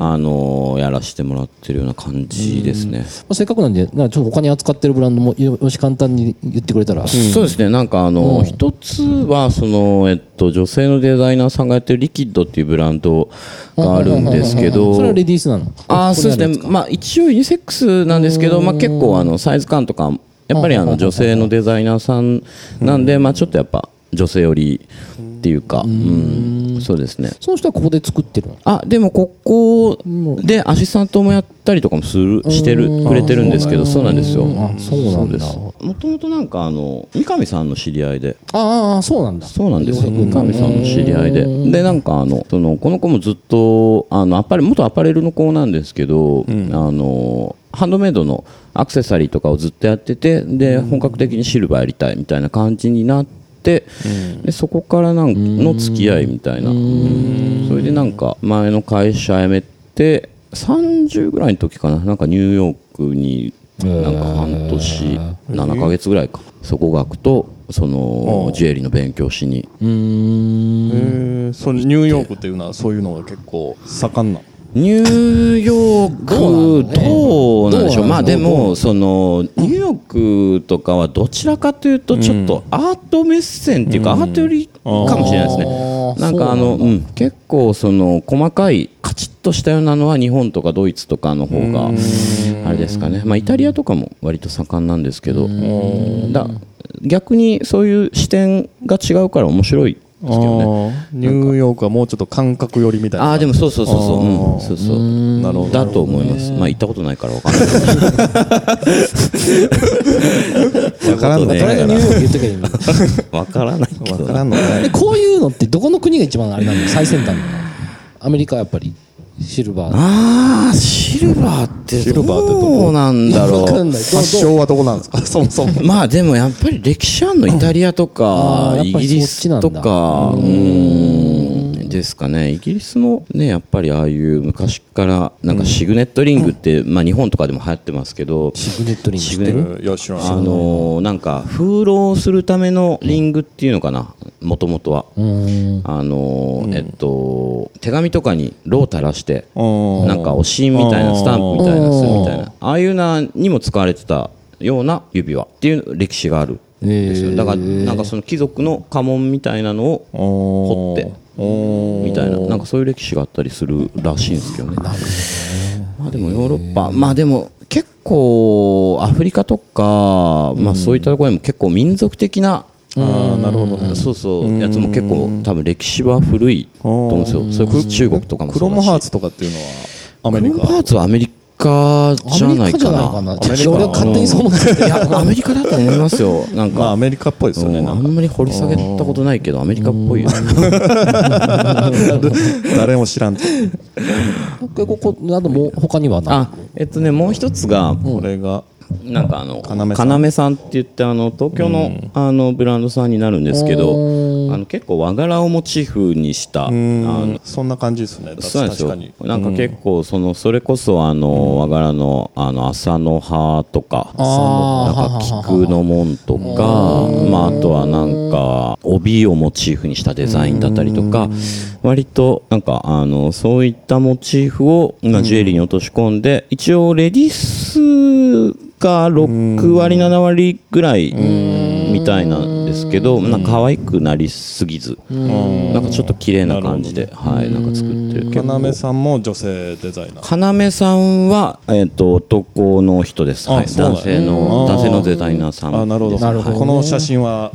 Speaker 4: あのやらせてもらってるような感じですね、
Speaker 2: まあせっかくなんで、なんかちょっと他に扱ってるブランドも、よよし簡単に言ってくれたら。
Speaker 4: そうですねなんかあの、一つはその、えっと、女性のデザイナーさんがやってるリキッドっていうブランドがあるんですけど、
Speaker 2: それはレディースなの
Speaker 4: あーそうですね、まあ、一応ユニセックスなんですけど、まあ、結構あのサイズ感とかやっぱりあの女性のデザイナーさんなんで、まあ、ちょっとやっぱ女性寄りっていうか、うん、そうですね
Speaker 2: その人はここで作ってるの
Speaker 4: あでもここでアシスタントもやったりとかもするしてるくれてるんですけどそうなんですよ
Speaker 2: そうなんだ
Speaker 4: ですもともとなんかあの三上さんの知り合いで
Speaker 2: あああそうなんだ
Speaker 4: そうなんですよ三上さんの知り合いででなんかあのそのこの子もずっとあのアパレ元アパレルの子なんですけど、あのハンドメイドのアクセサリーとかをずっとやっててで本格的にシルバーやりたいみたいな感じになって。て、でそこからなんの付き合いみたいな、うんそれでなんか前の会社辞めて30ぐらいの時かななんかニューヨークになんか半年、7ヶ月ぐらいかそこ学とそのジュエリーの勉強しに
Speaker 3: えそのニューヨークっていうのはそういうのが結構盛んな
Speaker 4: ニューヨークどうなんでしょう、まあでもそのニューヨークとかはどちらかというとちょっとアート目線っていうかアート寄りかもしれないですね
Speaker 2: あー
Speaker 4: なんかあのうん結構その細かいカチッとしたようなのは日本とかドイツとかの方があれですかねまあイタリアとかも割と盛んなんですけどだ逆にそういう視点が違うから面白いですけどね
Speaker 3: あーニューヨークはもうちょっと感覚寄りみたいな
Speaker 4: ああーでもそうそうそうそう、
Speaker 3: あー
Speaker 4: うん、そうそう
Speaker 3: なるほど
Speaker 4: だと思います。まあ行ったことないからわかんないけど。わからん
Speaker 2: とりあえずニューヨーク言っとけばいいんだ
Speaker 4: わからないけ
Speaker 3: わ
Speaker 4: ど
Speaker 3: か
Speaker 4: な。
Speaker 3: らんのね
Speaker 2: でこういうのってどこの国が一番あれなの最先端なのアメリカはやっぱりシルバー
Speaker 4: ああシルバーって
Speaker 3: シルバーってどこ
Speaker 4: どうなんだ
Speaker 2: わか
Speaker 4: ろ
Speaker 2: んな
Speaker 4: う。
Speaker 2: いどう
Speaker 3: 発
Speaker 2: どう
Speaker 3: 祥はどこなんですか そもそも
Speaker 4: まあでもやっぱり歴史あるのイタリアと
Speaker 2: あ
Speaker 4: か
Speaker 2: ーやっ
Speaker 4: イ
Speaker 2: ぱり
Speaker 4: ギリ
Speaker 2: そっちな
Speaker 4: ス
Speaker 2: んだ
Speaker 4: とかうんですかねイギリスもねやっぱりああいう昔からなんかシグネットリングって、まあ日本とかでも流行ってますけど
Speaker 2: シグネットリング
Speaker 4: シ
Speaker 2: し
Speaker 4: グ
Speaker 2: て
Speaker 4: ネ
Speaker 2: る
Speaker 3: うんよしよし
Speaker 4: あのーなんか風浪するためのリングっていうのかなもともとは、
Speaker 2: うん
Speaker 4: あのーえっと手紙とかにロー垂らして
Speaker 3: うん
Speaker 4: なんかおしんみたいなスタンプみたいなするみたいなああいうなにも使われてたような指輪っていう歴史があるんですよだからなんかその貴族の家紋みたいなのを掘ってみたいななんかそういう歴史があったりするらしいんですけどねまあでもヨーロッパまあでも結構アフリカとかまあそういったところにも結構民族的な
Speaker 3: あーなるほどね
Speaker 4: そうそうやつも結構多分歴史は古いと思うんですよそれこそ中国とかも
Speaker 3: ク
Speaker 4: そ
Speaker 3: ロ
Speaker 4: う
Speaker 3: ム
Speaker 4: だし
Speaker 3: ハーツとかっていうのはアメ
Speaker 4: ク
Speaker 3: リ
Speaker 4: ロム
Speaker 3: カ
Speaker 4: ハーツはアメリカじゃ
Speaker 2: アメ
Speaker 4: ない
Speaker 2: リカじ
Speaker 4: か
Speaker 2: ゃない
Speaker 4: な
Speaker 2: かな
Speaker 3: メリカ
Speaker 2: 俺は勝手にそう思って
Speaker 4: いやアメリカだと思いますよなんか、
Speaker 3: まあアメリカっぽいですよね
Speaker 4: うん
Speaker 3: な
Speaker 4: あ
Speaker 3: んか
Speaker 4: んまり掘り下げたことないけどアメリカっぽいよね
Speaker 3: 誰も知らんと
Speaker 2: るここなども他にはな
Speaker 4: あえっとねもう一つが
Speaker 3: これが
Speaker 4: なんかあの
Speaker 3: 要さん
Speaker 4: 要さんって言ってあの東京の,、あのブランドさんになるんですけどあの結構和柄をモチーフにしたあの
Speaker 3: うんそんな感じですねだ
Speaker 4: そうなんです
Speaker 3: 確
Speaker 4: よ
Speaker 3: かに
Speaker 4: なんか結構そのそれこそあの和柄のあの朝の葉とか
Speaker 2: あー
Speaker 4: なんか菊の門とかまああとはなんか帯をモチーフにしたデザインだったりとか割となんかあのそういったモチーフをまあジュエリーに落とし込んで一応レディースが6割7割ぐらいみたいなんですけどなんか可愛くなりすぎずなんかちょっと綺麗な感じではいなんか作ってる
Speaker 3: 要さんも女性デザイナー
Speaker 4: 要さんは、えっと男の人です、
Speaker 3: あ
Speaker 4: はい、
Speaker 3: そうなん
Speaker 4: 男
Speaker 3: や
Speaker 4: 性の男性のデザイナーさん
Speaker 3: あなるほど
Speaker 2: なるほどね
Speaker 3: この写真は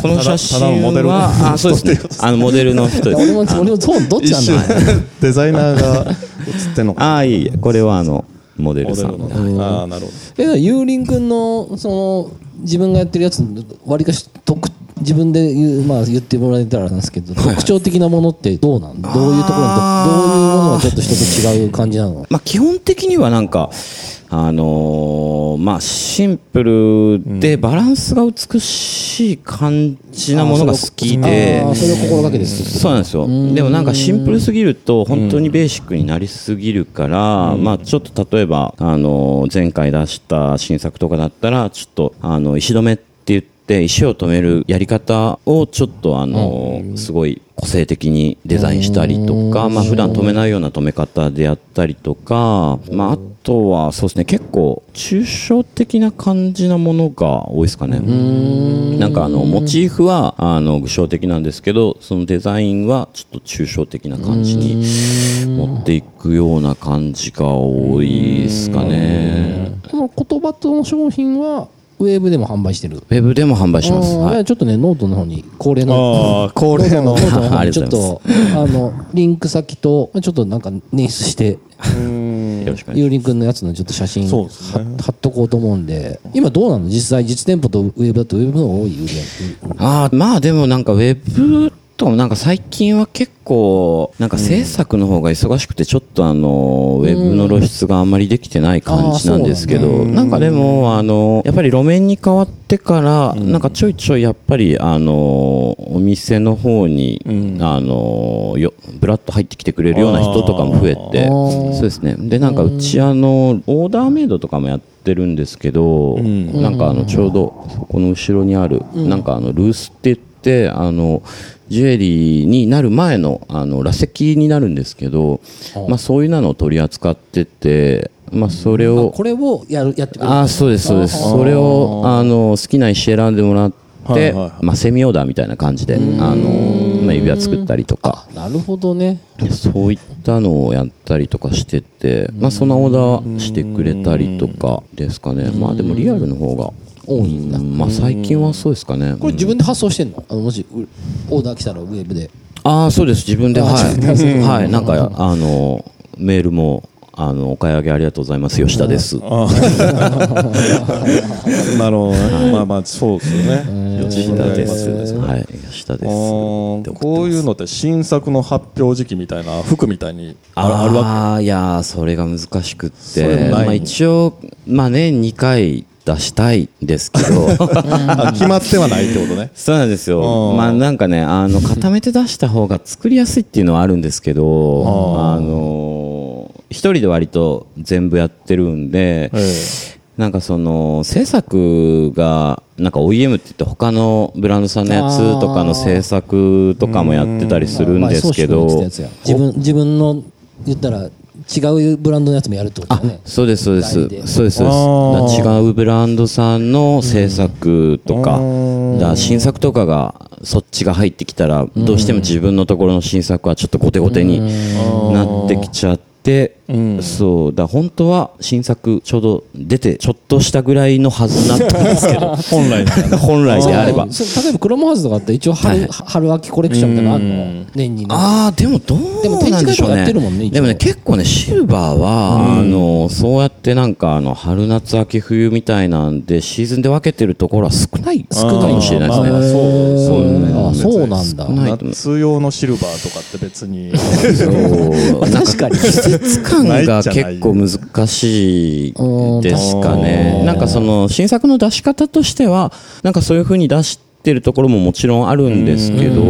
Speaker 4: この写真
Speaker 3: ただただのモデルの
Speaker 4: はあそうですねあのモデルの人
Speaker 2: い
Speaker 4: で
Speaker 2: や
Speaker 4: す
Speaker 2: 俺 も俺もそうどっち
Speaker 3: 一
Speaker 2: なん
Speaker 3: 瞬
Speaker 2: だ
Speaker 3: デザイナーが写ってんのか
Speaker 4: ああいいえこれはあのモデ
Speaker 3: モ
Speaker 4: ル
Speaker 3: デ
Speaker 4: さ
Speaker 3: ル
Speaker 4: ん
Speaker 3: のああなるほ
Speaker 2: えだからユーリン君のその自分がやってるやつわりかし特自分で言う、まあ、言ってもらえたらなんですけど、特徴的なものってどうなんどういうところにどどういうものがちょっと人と違う感じなの
Speaker 4: まあ、基本的にはなんか、あのーまあ、シンプルでバランスが美しい感じなものが好きで
Speaker 2: あーそれを心がけてす
Speaker 4: そうなんですよでもなんかシンプルすぎると本当にベーシックになりすぎるから、まあ、ちょっと例えば、あのー前回出した新作とかだったらちょっとあの石止めって言って。石を止めるやり方をちょっとあのーすごい個性的にデザインしたりとかまあ普段止めないような止め方でやったりとかまああとはそうですね結構抽象的な感じなものが多いですかねなんかあのモチーフはあの具象的なんですけどそのデザインはちょっと抽象的な感じに持っていくような感じが多いですかね
Speaker 2: この言葉との商品はウェブでも販売してる
Speaker 4: ウェブでも販売します、
Speaker 2: うん
Speaker 4: はい
Speaker 2: いやちょっとねノートの方に恒例の
Speaker 3: どああ恒例の
Speaker 2: ノートの方
Speaker 4: あり
Speaker 2: に
Speaker 4: がと
Speaker 2: ちょ
Speaker 4: う
Speaker 2: っ
Speaker 4: ござい
Speaker 2: とあのリンク先とちょっとなんか捻出して
Speaker 4: よろしくお願いし
Speaker 2: ゆうりんくんのやつのちょっと写真
Speaker 3: そうですね
Speaker 2: は貼っとこうと思うんで今どうなの実際実店舗とウェブだとウェブの方が多い売り上げ
Speaker 4: あーまあでもなんかウェブとなんか最近は結構なんか制作の方が忙しくてちょっとあのウェブの露出があんまりできてない感じなんですけ
Speaker 2: あーそう
Speaker 4: ど、
Speaker 2: なんだ
Speaker 4: なんかでもあのやっぱり路面に変わってから、なんかちょいちょいやっぱりあのお店の方に、あのよブラッと入ってきてくれるような人とかも増えて、
Speaker 2: あー
Speaker 4: そうですね。でなんかうちあのオーダーメイドとかもやってるんですけど、
Speaker 3: ん
Speaker 4: なんかあのちょうどそこの後ろにある、なんかあのルースって言ってあのジュエリーになる前のあの螺石になるんですけど、まあそういうなのを取り扱ってて、まあそれを
Speaker 2: これをやるやってくれる
Speaker 4: あーそうですそうですそれをあの好きな石選んでもらって、
Speaker 3: はいはいはい
Speaker 4: まあセミオーダーみたいな感じであのまあ指輪作ったりとか
Speaker 2: なるほどね
Speaker 4: そういったのをやったりとかしてて、まあそんなオーダーしてくれたりとかですかねまあでもリアルの方が
Speaker 2: 多いんだ
Speaker 4: うんまあ最近はそうですかね
Speaker 2: これ自分で発送してんのあのもしうオーダー来たらウェブで
Speaker 4: ああそうです自分ではい、はい、なんかあのメールもあのお買い上げありがとうございます吉田です
Speaker 3: ああなるほどね。まあまあ、そうですよね。
Speaker 4: 吉田ですはい吉田で
Speaker 3: あ
Speaker 4: す
Speaker 3: ーこういうのって新作の発表時期みたいな服みたいにあるあるわ
Speaker 4: ああーいやーそれが難しくっ
Speaker 3: れもな
Speaker 4: て
Speaker 3: いの
Speaker 4: まあ一応まあ年2回出したいんですけど。
Speaker 3: あ決まってはないってことね
Speaker 4: そうなんです
Speaker 3: あ
Speaker 4: よ
Speaker 3: ー
Speaker 4: まあなんかねあの固めて出した方が作りやすいっていうのはあるんですけどあのー一人で割と全部やってるんで、
Speaker 3: え
Speaker 4: なんかその制作がなんか OEM って言って他のブランドさんのやつとかの制作とかもやってたりするんですけど、
Speaker 2: まあ前宗主君が言ってたやつや自分自分の言ったら違うブランドのやつもやるってことだよね
Speaker 4: そうですそうですそう
Speaker 2: 代
Speaker 4: で
Speaker 2: です
Speaker 4: そうです
Speaker 3: あー
Speaker 4: だから違うブランドさんの制作とか,、
Speaker 3: うん
Speaker 4: だから新作とかがそっちが入ってきたらどうしても自分のところの新作はちょっと後手後手になってきちゃって、そうだから本当は新作ちょうど出てちょっとしたぐらいのはずだったんですけど
Speaker 3: 本来なら
Speaker 4: 本来であれば
Speaker 2: そ例えばクロムハーツとかって一応春,、
Speaker 4: はい
Speaker 2: 春秋コレクションみたいなのあるの年にね
Speaker 4: ああでもど
Speaker 2: でも
Speaker 4: う
Speaker 2: 展
Speaker 4: なん
Speaker 2: 示
Speaker 4: で
Speaker 2: 会
Speaker 4: し
Speaker 2: と
Speaker 4: ょ
Speaker 2: か
Speaker 4: う
Speaker 2: やっ
Speaker 4: ね
Speaker 2: てるもんね一応
Speaker 4: でもね結構ねシルバーは、あのそうやってなんかあの春夏秋冬みたいなんでシーズンで分けてるところは少ない少ないかもしれないですね、
Speaker 3: まあまあそう
Speaker 4: そうね
Speaker 2: あそうなんだ
Speaker 4: 少ないと思う
Speaker 3: 夏用のシルバーとかって別 に
Speaker 4: そうなん
Speaker 2: 確か に
Speaker 4: 季節感が結構難しいですかね。なんかその新作の出し方としては、なんかそういう風に出してるところももちろんあるんですけど、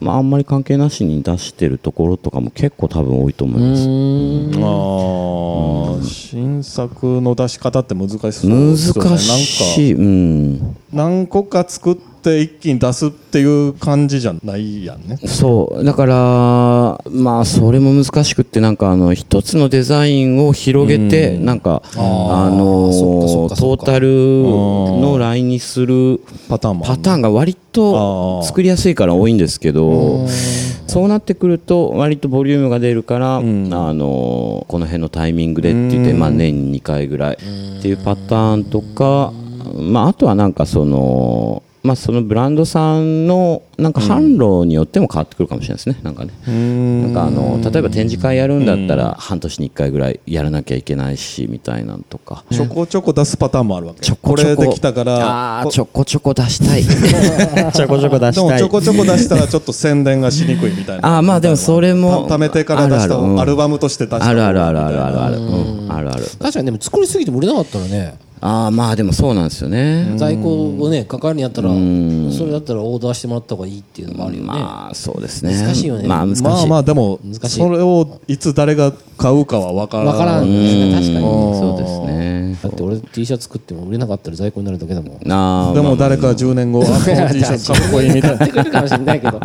Speaker 4: まああんまり関係なしに出してるところとかも結構多分多いと思います。
Speaker 3: ああ新作の出し方って難しそうですよね
Speaker 4: 難しい。うん。
Speaker 3: なんか何個か作って一気に出すっていう感じじゃないやんね
Speaker 4: そう。だから、まあ、それも難しくって、なんか、あの、一つのデザインを広げて、なんか、あの
Speaker 2: そっかそっかそ
Speaker 4: ト
Speaker 2: っか
Speaker 4: ータルのラインにする
Speaker 3: パターンもあ
Speaker 4: パ
Speaker 3: る
Speaker 4: ターンが割と
Speaker 3: あー
Speaker 4: 作りやすいから多いんですけど、そうなってくると、割とボリュームが出るから、あの、この辺のタイミングでって言って、まあ、年に2回ぐらいっていうパターンとか、まあ、あとはなんか、その、まあ、そのブランドさんのなんか販路によっても変わってくるかもしれないですね、なんかね。なんかあの例えば展示会やるんだったら半年に1回ぐらいやらなきゃいけないしみたいなのとか
Speaker 3: ちょこちょこ出すパターンもあるわけ
Speaker 4: ちょこちょこ
Speaker 3: れできたから
Speaker 4: あー
Speaker 3: こ
Speaker 4: ちょこちょこ出した いちょこちょこ出
Speaker 3: でもちょこちょこ出したらちょっと宣伝がしにくいみたいな
Speaker 4: あーまあでもそれも
Speaker 3: た貯めてから出し
Speaker 4: あるあるうん
Speaker 3: たアルバムとして出した
Speaker 4: あるあるあるあるあるあるうんあるある
Speaker 2: 確かにでも作りすぎても売れなかったらね
Speaker 4: ああまあでもそうなんですよね
Speaker 2: 在庫をね抱えるにやったらそれだったらオーダーしてもらった方がいいっていうのもあるよね、
Speaker 4: まあそうですね
Speaker 2: 難しいよね
Speaker 4: まあ難しい
Speaker 3: まあまあでも
Speaker 2: 難しい
Speaker 3: それをいつ誰が買うかは分から
Speaker 2: わから
Speaker 3: ん
Speaker 2: んね確か
Speaker 4: うん
Speaker 2: に
Speaker 4: そうですね
Speaker 2: だって俺 T シャツ作っても売れなかったら在庫になるだけだ もん
Speaker 4: あー
Speaker 3: で
Speaker 4: まあ
Speaker 3: も誰か10年後あこの T シャツかっこいいみたいな
Speaker 2: 買ってくれるかもしれないけど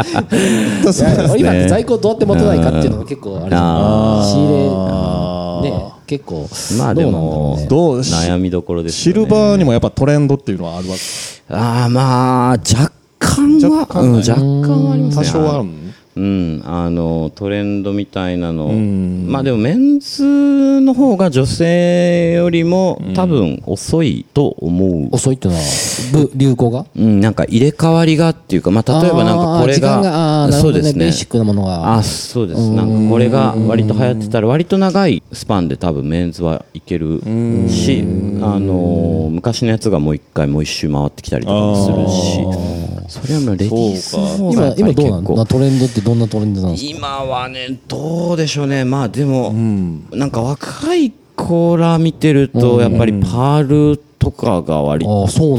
Speaker 3: そうそう
Speaker 2: いや今って在庫どうやって持たないかっていうのが結構あれじゃん仕
Speaker 3: あー
Speaker 2: 入れね結構
Speaker 4: まあでも
Speaker 2: どうなんだろうね
Speaker 3: どうし
Speaker 4: 悩みどころです
Speaker 3: シ
Speaker 4: よね
Speaker 3: ルバーにもやっぱトレンドっていうのはあるわけ
Speaker 4: ああまあ若干は
Speaker 3: 若干
Speaker 4: うん若干はあります
Speaker 3: 多
Speaker 4: ね
Speaker 3: 少はあるの
Speaker 4: うん、あのトレンドみたいなの、まあでもメンズの方が女性よりも多分遅いと思う、
Speaker 2: 遅いっていうのはぶ流行が
Speaker 4: うん、なんか入れ替わりがっていうか、まあ、例えばなんかこ
Speaker 2: あー
Speaker 4: れ
Speaker 2: 時間があーな
Speaker 4: が
Speaker 2: る
Speaker 4: そ
Speaker 2: ほ
Speaker 4: う
Speaker 2: ど
Speaker 4: で
Speaker 2: ね
Speaker 4: す
Speaker 2: ベー
Speaker 4: ね
Speaker 2: シックなものが
Speaker 4: あそうですなんかこれが割と流行ってたら割と長いスパンで多分メンズはいけるし、あのー昔のやつがもう一回もう一周回ってきたりとかもするしそれはもうレディースの方がや
Speaker 2: 今
Speaker 4: っ
Speaker 2: 今
Speaker 4: ぱ
Speaker 2: ど
Speaker 4: り
Speaker 2: うな
Speaker 4: 結構
Speaker 2: のトレンドってどんなトレンドなんですか
Speaker 4: 今はねどうでしょうねまあでも、なんか若い子ら見てるとやっぱりパールとかが割と
Speaker 2: ああそうな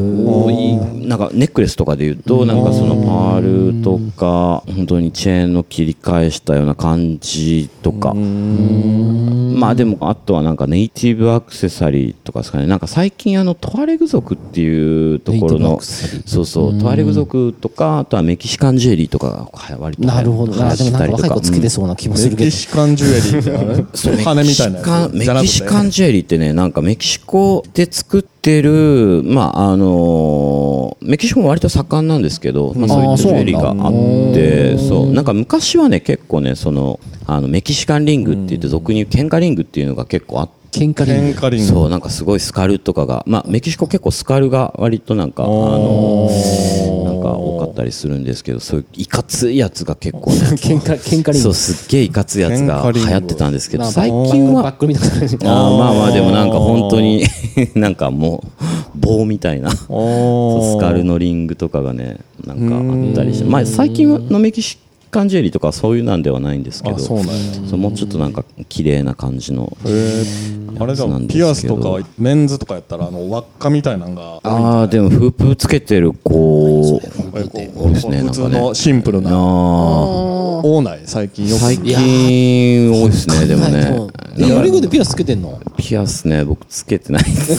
Speaker 2: んだ
Speaker 4: 多いなんかネックレスとかで言うとなんかそのパールとか本当にチェーンの切り返したような感じとかまあでもあとはなんかネイティブアクセサリーとかですかねなんか最近あのトワレグ族っていうとこ
Speaker 2: ネイティ
Speaker 4: ろ
Speaker 2: ブア
Speaker 4: の
Speaker 2: クセサリ
Speaker 4: そうそうトワレグ族とかあとはメキシカンジュエリーとかが割と
Speaker 2: なるほどああでもなんか若い子つけて
Speaker 4: す
Speaker 2: そうな気もす
Speaker 3: メ
Speaker 2: るけ
Speaker 3: キ
Speaker 2: ど
Speaker 3: シカンジュエリーってあれ 羽みたいなやつ
Speaker 4: メ
Speaker 3: じゃなくて
Speaker 4: キシカンジュエリーってね、なんかメキシコで作ってる、まあ、あのーメキシコも割と盛んなんですけど、まあ、そうい
Speaker 2: あー
Speaker 4: ったジュエリーがあ
Speaker 2: そう
Speaker 4: って、そう、なんか昔はね、結構ね、その、あの、メキシカンリングって言って、俗に言う喧嘩リングっていうのが結構あって、
Speaker 2: 喧嘩リン
Speaker 3: 喧
Speaker 2: グ
Speaker 3: 嘩リング
Speaker 4: そう、なんかすごいスカルとかが、まあ、メキシコ結構スカルが割となんか、あのーなんか多かったりするんですけど、そういういかついやつが結構ね、
Speaker 2: 喧嘩喧嘩リン
Speaker 4: そ
Speaker 2: グ
Speaker 4: う、すっげえいかついやつが流行ってたんですけど、
Speaker 2: なんか
Speaker 4: 最近は
Speaker 2: バッ、クルみたいな感じ
Speaker 4: あーまあまあでもなんか本当に なんかもう棒みたいな
Speaker 3: あー
Speaker 4: スカルのリングとかがねなんかあったりしてまあ最近のメキシカンジュエリーとかはそういうなんではないんですけど
Speaker 3: あそうなんや
Speaker 4: そうもうちょっとなんか綺麗な感じの
Speaker 3: へーあれじゃ
Speaker 4: やつなん
Speaker 3: ん
Speaker 4: ですけ
Speaker 3: ピ
Speaker 4: ど
Speaker 3: アスとかメンズとかやったらあの輪っかみたいなのが
Speaker 4: ああでもフープつけてる子
Speaker 3: こうこ
Speaker 4: そう
Speaker 3: う
Speaker 4: ですね
Speaker 3: 普通
Speaker 4: なんか
Speaker 3: のシンプル
Speaker 4: あ
Speaker 3: な
Speaker 4: ー
Speaker 3: オーナイ最近よく
Speaker 4: 最近多いですねでも
Speaker 2: ない
Speaker 4: ね
Speaker 2: えヨリングでピアスつけてん の
Speaker 4: ピアスね僕つけてない です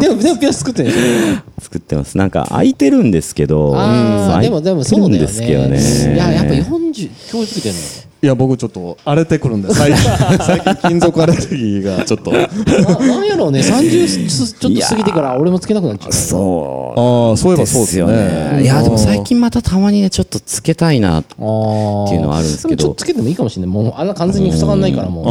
Speaker 2: でもでもピアス作ってんでしょ
Speaker 4: 作ってますなんか開いてるんですけど
Speaker 2: ああでもでもそうだ
Speaker 4: 開いてるん
Speaker 2: よ
Speaker 4: ですけ
Speaker 2: ね
Speaker 4: どね
Speaker 2: いややっぱ40今日つけてんの
Speaker 3: いや僕ちょっと荒れてくるんで最 近最近金属アレルギーがちょっと
Speaker 2: ななんやろう ね30すちょっと過ぎてから俺もつけなくなっちゃう
Speaker 4: そう
Speaker 3: ああそういえばそうですよ
Speaker 4: い
Speaker 3: ね
Speaker 4: やでも最近またたまにねちょっとつけたいなって
Speaker 2: ああ
Speaker 4: いうのはあるんです
Speaker 2: で
Speaker 4: け
Speaker 2: もちょっと
Speaker 4: ど
Speaker 2: つけてもいいかもしれないもう穴完全に塞がんないからもう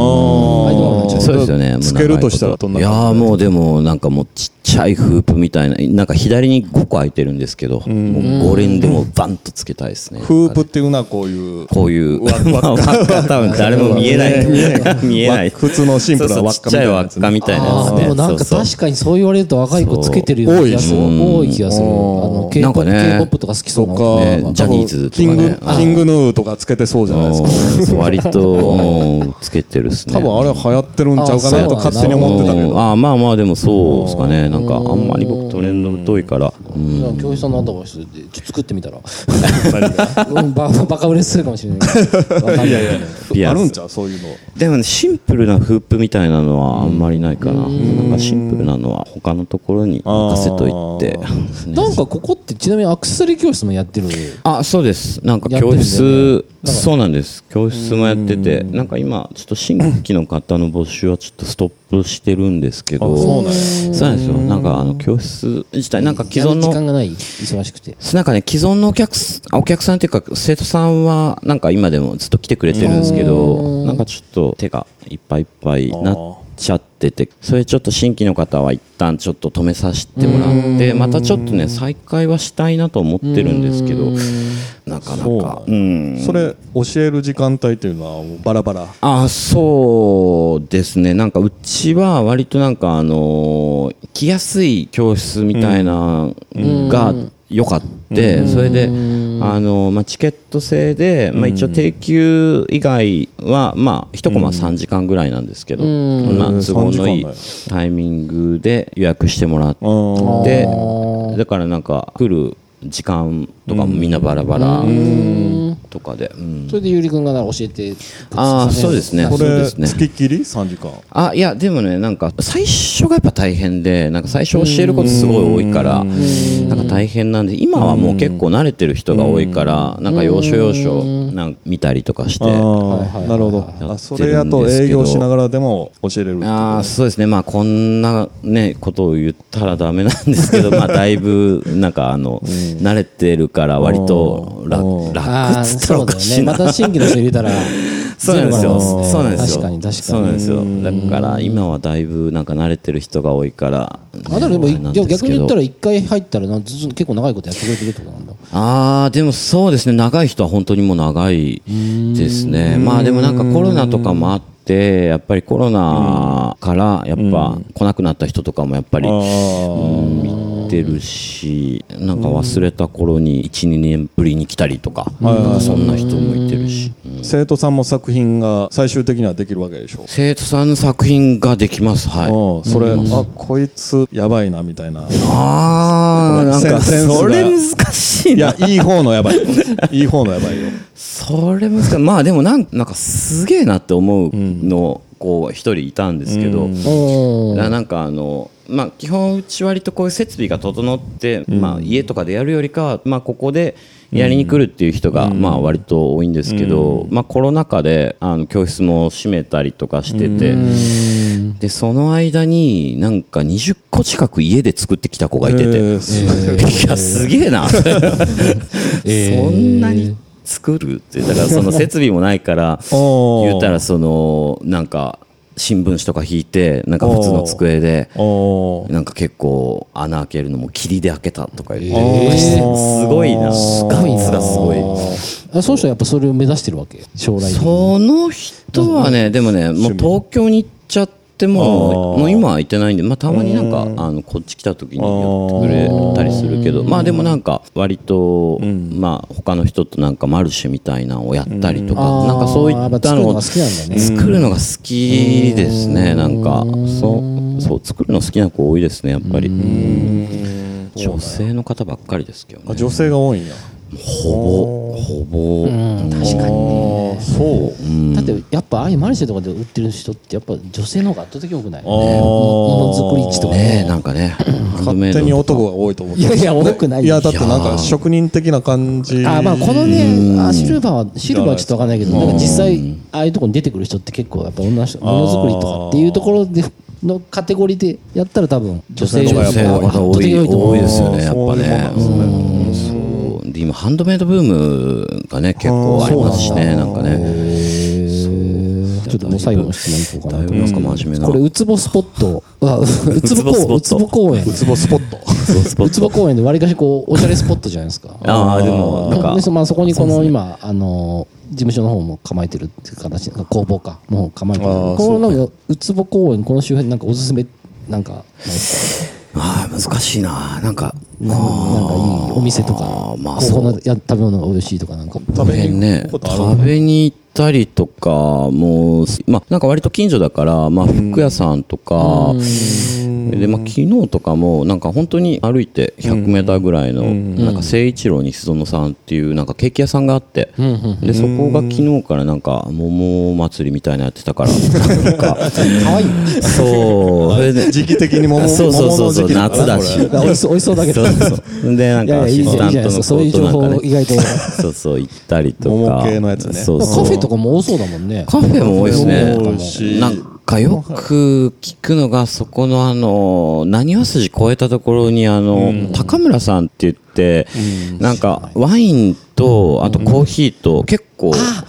Speaker 2: あいどうなっちゃう
Speaker 4: そうですよね
Speaker 3: つけるとしたらどんない
Speaker 4: やーもうでもなんかもうちっちゃいフープみたいななんか左に5個空いてるんですけどもう5連でもバンとつけたいですね
Speaker 3: フープっていうのはこういう
Speaker 4: こういう
Speaker 3: 輪っか
Speaker 4: まあ輪っか多分誰も見えない
Speaker 3: 見えない
Speaker 4: 見えない
Speaker 3: 輪っか普通のシンプルな輪っ
Speaker 4: そうそ
Speaker 3: か
Speaker 4: うちっ
Speaker 3: みた
Speaker 4: ちゃ
Speaker 3: い
Speaker 4: い
Speaker 3: な
Speaker 4: 輪
Speaker 3: や
Speaker 4: っ
Speaker 3: つ
Speaker 4: かみたいなや
Speaker 2: あ
Speaker 4: つ
Speaker 2: ー
Speaker 4: ね
Speaker 2: でもなんか
Speaker 4: そうそう
Speaker 2: 確かにそう言われると若い子つけてるような気がする
Speaker 4: そう
Speaker 2: 多い気がするあの k
Speaker 4: なん
Speaker 2: p
Speaker 4: か
Speaker 2: o p
Speaker 4: ね
Speaker 2: k p o p とか好きそうな
Speaker 3: と
Speaker 4: ねジャニーズとか
Speaker 3: キ
Speaker 4: ね
Speaker 3: ング
Speaker 4: あー
Speaker 3: キングヌーとかつけてそうじゃないですか
Speaker 4: うん割とうんつけてるっすね
Speaker 3: 多分あれ流行ってるんちゃうかなと勝手に思ってたけ
Speaker 4: うん
Speaker 3: ど
Speaker 4: あーまあまあでもそうですかねなんかあんまり僕トレンド疎いからうん
Speaker 2: じゃあ教授さんのアドバイスでちょっと作ってみたらうんババカ売れするかもしれないけどわかんないけど
Speaker 4: ピアス
Speaker 3: あるんちゃうそういうの
Speaker 4: でもねシンプルなフープみたいなのはあんまりないかななんかシンプルなのは他のところに任せといて
Speaker 2: なんかここってちなみにアクセサリー教室もやってる
Speaker 4: あそうですなんか
Speaker 2: やってる
Speaker 4: 教
Speaker 2: んだよね
Speaker 4: 室そうなんです教室もやっててなんか今ちょっと新規の方の募集はちょっとストップしてるんですけどそうなんですよなんかあの教室自体なんか既存
Speaker 2: やる時
Speaker 4: の
Speaker 2: 間がない忙しくて
Speaker 4: なんかね、既存のお客すお客さんっていうか、生徒さんは、なんか今でもずっと来てくれてるんですけど、なんかちょっと手がいっぱいいっぱいなっちゃってて、それちょっと新規の方は一旦ちょっと止めさせてもらって、またちょっとね、再開はしたいなと思ってるんですけど、なかなか
Speaker 3: そ。
Speaker 4: うん
Speaker 3: それ教える時間帯っていうのはもうバラバラ
Speaker 4: あそうですね、なんかうちは割となんか、あのー来やすい教室みたいなのが良かって、それで、あのーまあ、チケット制で、まあ、一応定休以外は、まあ、1コマ3時間ぐらいなんですけど、まあ、
Speaker 3: うん
Speaker 4: 都合のい
Speaker 3: 3時間
Speaker 4: い
Speaker 3: だよ
Speaker 4: タイミングで予約してもらっ
Speaker 3: あー
Speaker 4: て、だからなんか来る時間とかもみんなバラバラとかで。うん
Speaker 2: それでゆうりくんがな教えて
Speaker 4: あーそうですね
Speaker 3: こ
Speaker 4: そう
Speaker 3: れ
Speaker 4: ですね
Speaker 3: 月切り3時間
Speaker 4: あいやでもねなんか最初がやっぱ大変でなんか最初教えることすごい多いからなんか大変なんで今はもう結構慣れてる人が多いからなんか要所要所なんか見たりとかして
Speaker 3: あーなるほどあそれやと営業しながらでも教えれる
Speaker 4: あーそうですねまあこんなねことを言ったらダメなんですけど まあだいぶなんかあの慣れてるから割と楽楽
Speaker 2: あ
Speaker 4: っ
Speaker 2: あ
Speaker 4: つったら
Speaker 2: そ
Speaker 4: お
Speaker 2: う
Speaker 4: か
Speaker 2: だ
Speaker 4: し
Speaker 2: よ
Speaker 4: い
Speaker 2: ね
Speaker 4: な
Speaker 2: また新規の人入れたら
Speaker 4: そうなんですよ。そうなんです
Speaker 2: 確
Speaker 4: よ。
Speaker 2: かに確かに
Speaker 4: そうなんですよ。だから今はだいぶなんか慣れてる人が多いから。
Speaker 2: あだでも
Speaker 4: ねなん
Speaker 2: じゃあ
Speaker 4: です
Speaker 2: 逆
Speaker 4: け
Speaker 2: に
Speaker 4: ど
Speaker 2: 言ったら一回入ったらなんずず結構長いことやってくれてるってことなんだ
Speaker 4: ああ、でもそうですね。長い人は本当にもう長いですね。まあでもなんかコロナとかもあって、やっぱりコロナからやっぱ来なくなった人とかもやっぱり
Speaker 3: あー
Speaker 4: いてるし、なんか忘れた頃に12年ぶりに来たりとか,、なんかそんな人もいてるし、
Speaker 3: 生徒さんも作品が最終的にはできるわけでしょ
Speaker 4: 生徒さんの作品ができますはい
Speaker 3: うん、それ、あこいつやばいなみたいな。
Speaker 4: ああ、なんか、
Speaker 3: センセンスが
Speaker 4: それ難しい
Speaker 3: い
Speaker 4: な。
Speaker 3: や、いい方のやばい。いい方のやばいよ。
Speaker 4: それ難しい。まあでもなん、なんかすげえなって思うの、こう、一人いたんですけど、
Speaker 2: お
Speaker 4: ななんかあの、まあ基本うち割とこういう設備が整って、まあ家とかでやるよりかは、まあここでやりに来るっていう人が、まあ割と多いんですけど、まあコロナ禍で、あの、教室も閉めたりとかしてて、で、その間になんか20個近く家で作ってきた子がいてて、
Speaker 3: えーす
Speaker 4: いや、すげえな。 そんなに作るって、だからその設備もないから、
Speaker 3: おー
Speaker 4: 言ったらその、なんか、新聞紙とか引いて、なんか普通の机で、
Speaker 3: おー
Speaker 4: なんか結構穴開けるのも霧で開けたとか言って、
Speaker 2: えー
Speaker 4: すごいな。す
Speaker 2: ごいな
Speaker 4: がすごい。
Speaker 2: あそうしたらやっぱそれを目指してるわけ将来的に
Speaker 4: その人はね、でもね、もう東京に行っちゃっても、
Speaker 3: あー
Speaker 4: もう今は行ってないんで、まあたまになんか、あの、こっち来た時に寄ってくれたりするけど、まあでもなんか、割と、まあ他の人となんかマルシェみたいなのをやったりとか、
Speaker 2: うん
Speaker 4: なんかそういったの
Speaker 2: あーやっぱ
Speaker 4: を
Speaker 2: 作るのが好きなんだね
Speaker 4: 作るのが好きですね、なんか、そう、そう、作るの好きな子多いですね、やっぱり。女性の方ばっかりですけど
Speaker 3: あ
Speaker 4: ね。
Speaker 3: 女性が多いんや。
Speaker 4: ほぼ、ほぼ、確かに。
Speaker 3: ああ、そう。
Speaker 2: だってやっぱああいうマルシェとかで売ってる人ってやっぱ女性の方が圧倒的多くないも
Speaker 3: あー
Speaker 2: のづくり地とか
Speaker 4: ねえ、なんかね、
Speaker 3: 勝手に男が多いと思ってた
Speaker 2: いやいや多くない
Speaker 3: いや、だってなんか職人的な感じ。
Speaker 2: あまあこのねあシルバーはシルバーはちょっとわかんないけどなんか実際ああいうところに出てくる人って結構やっぱ女の人ものづくりとかっていうところでのカテゴリーでやったら多分女性
Speaker 4: 女性の方多い
Speaker 2: 圧倒的にと思う
Speaker 4: 多いですよね、やっ
Speaker 3: そう
Speaker 4: ぱね
Speaker 3: そういうもんなん。
Speaker 4: そうで今、ハンドメイドブームがね、結構ありますしね、なんかね。
Speaker 2: ちょっともう最後の質問いこうか
Speaker 4: だ
Speaker 2: ない
Speaker 4: ぶなんか真面目な。
Speaker 2: これ、うつぼスポット、 あうつぼ公園、う
Speaker 4: う
Speaker 2: つ
Speaker 4: つ
Speaker 2: ぼ
Speaker 4: ぼ
Speaker 2: 公園、
Speaker 3: うつぼスポット。
Speaker 4: スポ
Speaker 2: う
Speaker 4: ーツ
Speaker 2: つぼ公園でわりかしこう、おしゃれスポットじゃないですか。
Speaker 4: ああ、でも、なんか
Speaker 2: で、そまあ、そこにこの今、あの、事務所の方も構えてるっていう形、工房か、もう構えてる。
Speaker 3: あー
Speaker 2: このなんか、うつぼ公園、この周辺なんかおすすめ、なんか、ないです
Speaker 4: ああ、難しいな。なんか、
Speaker 2: かなんかいいお店とか、
Speaker 4: あーまあ
Speaker 2: ここのや食べ物が美味しいとかなんか。
Speaker 4: こ
Speaker 3: 食
Speaker 4: の
Speaker 3: べ
Speaker 4: 辺
Speaker 3: に
Speaker 4: ね
Speaker 3: 行、くことあ
Speaker 4: 食
Speaker 3: る。
Speaker 4: べに行ったりとか、もう、まあ、なんか割と近所だから、まあ、服屋さんとか、で、まあ、昨日とかも、なんか本当に歩いて100メーターぐらいの、なんか誠一郎西園さんっていう、なんかケーキ屋さんがあって、で、そこが昨日からなんか、桃祭りみたいなやってたから、 なんか、
Speaker 2: 可愛い
Speaker 4: そう、それで、
Speaker 3: 時期的に桃
Speaker 4: そうそうそうそう
Speaker 3: 桃の時期だから
Speaker 4: 夏だし
Speaker 3: これ
Speaker 2: 美味しそう美味しそうだけど。
Speaker 4: そうそうで、な
Speaker 2: いやい
Speaker 4: んか
Speaker 2: や
Speaker 4: ア
Speaker 2: いい
Speaker 4: シ
Speaker 2: じゃん
Speaker 4: スタン
Speaker 2: いいじゃない
Speaker 4: ト
Speaker 2: ですかそういう
Speaker 4: の子となんか
Speaker 2: 情報意外
Speaker 4: ね
Speaker 2: と、
Speaker 4: そうそう、行ったりとか。
Speaker 3: 桃系のやつね
Speaker 4: そうそう
Speaker 2: カフェとかも多そうだもんね。
Speaker 4: カフェも多いですね。
Speaker 3: 多いし
Speaker 4: なんかよく聞くのが、そこのあの、何わ筋超えたところにあの、高村さんって言って、なんかワインと、あとコーヒーと、結構、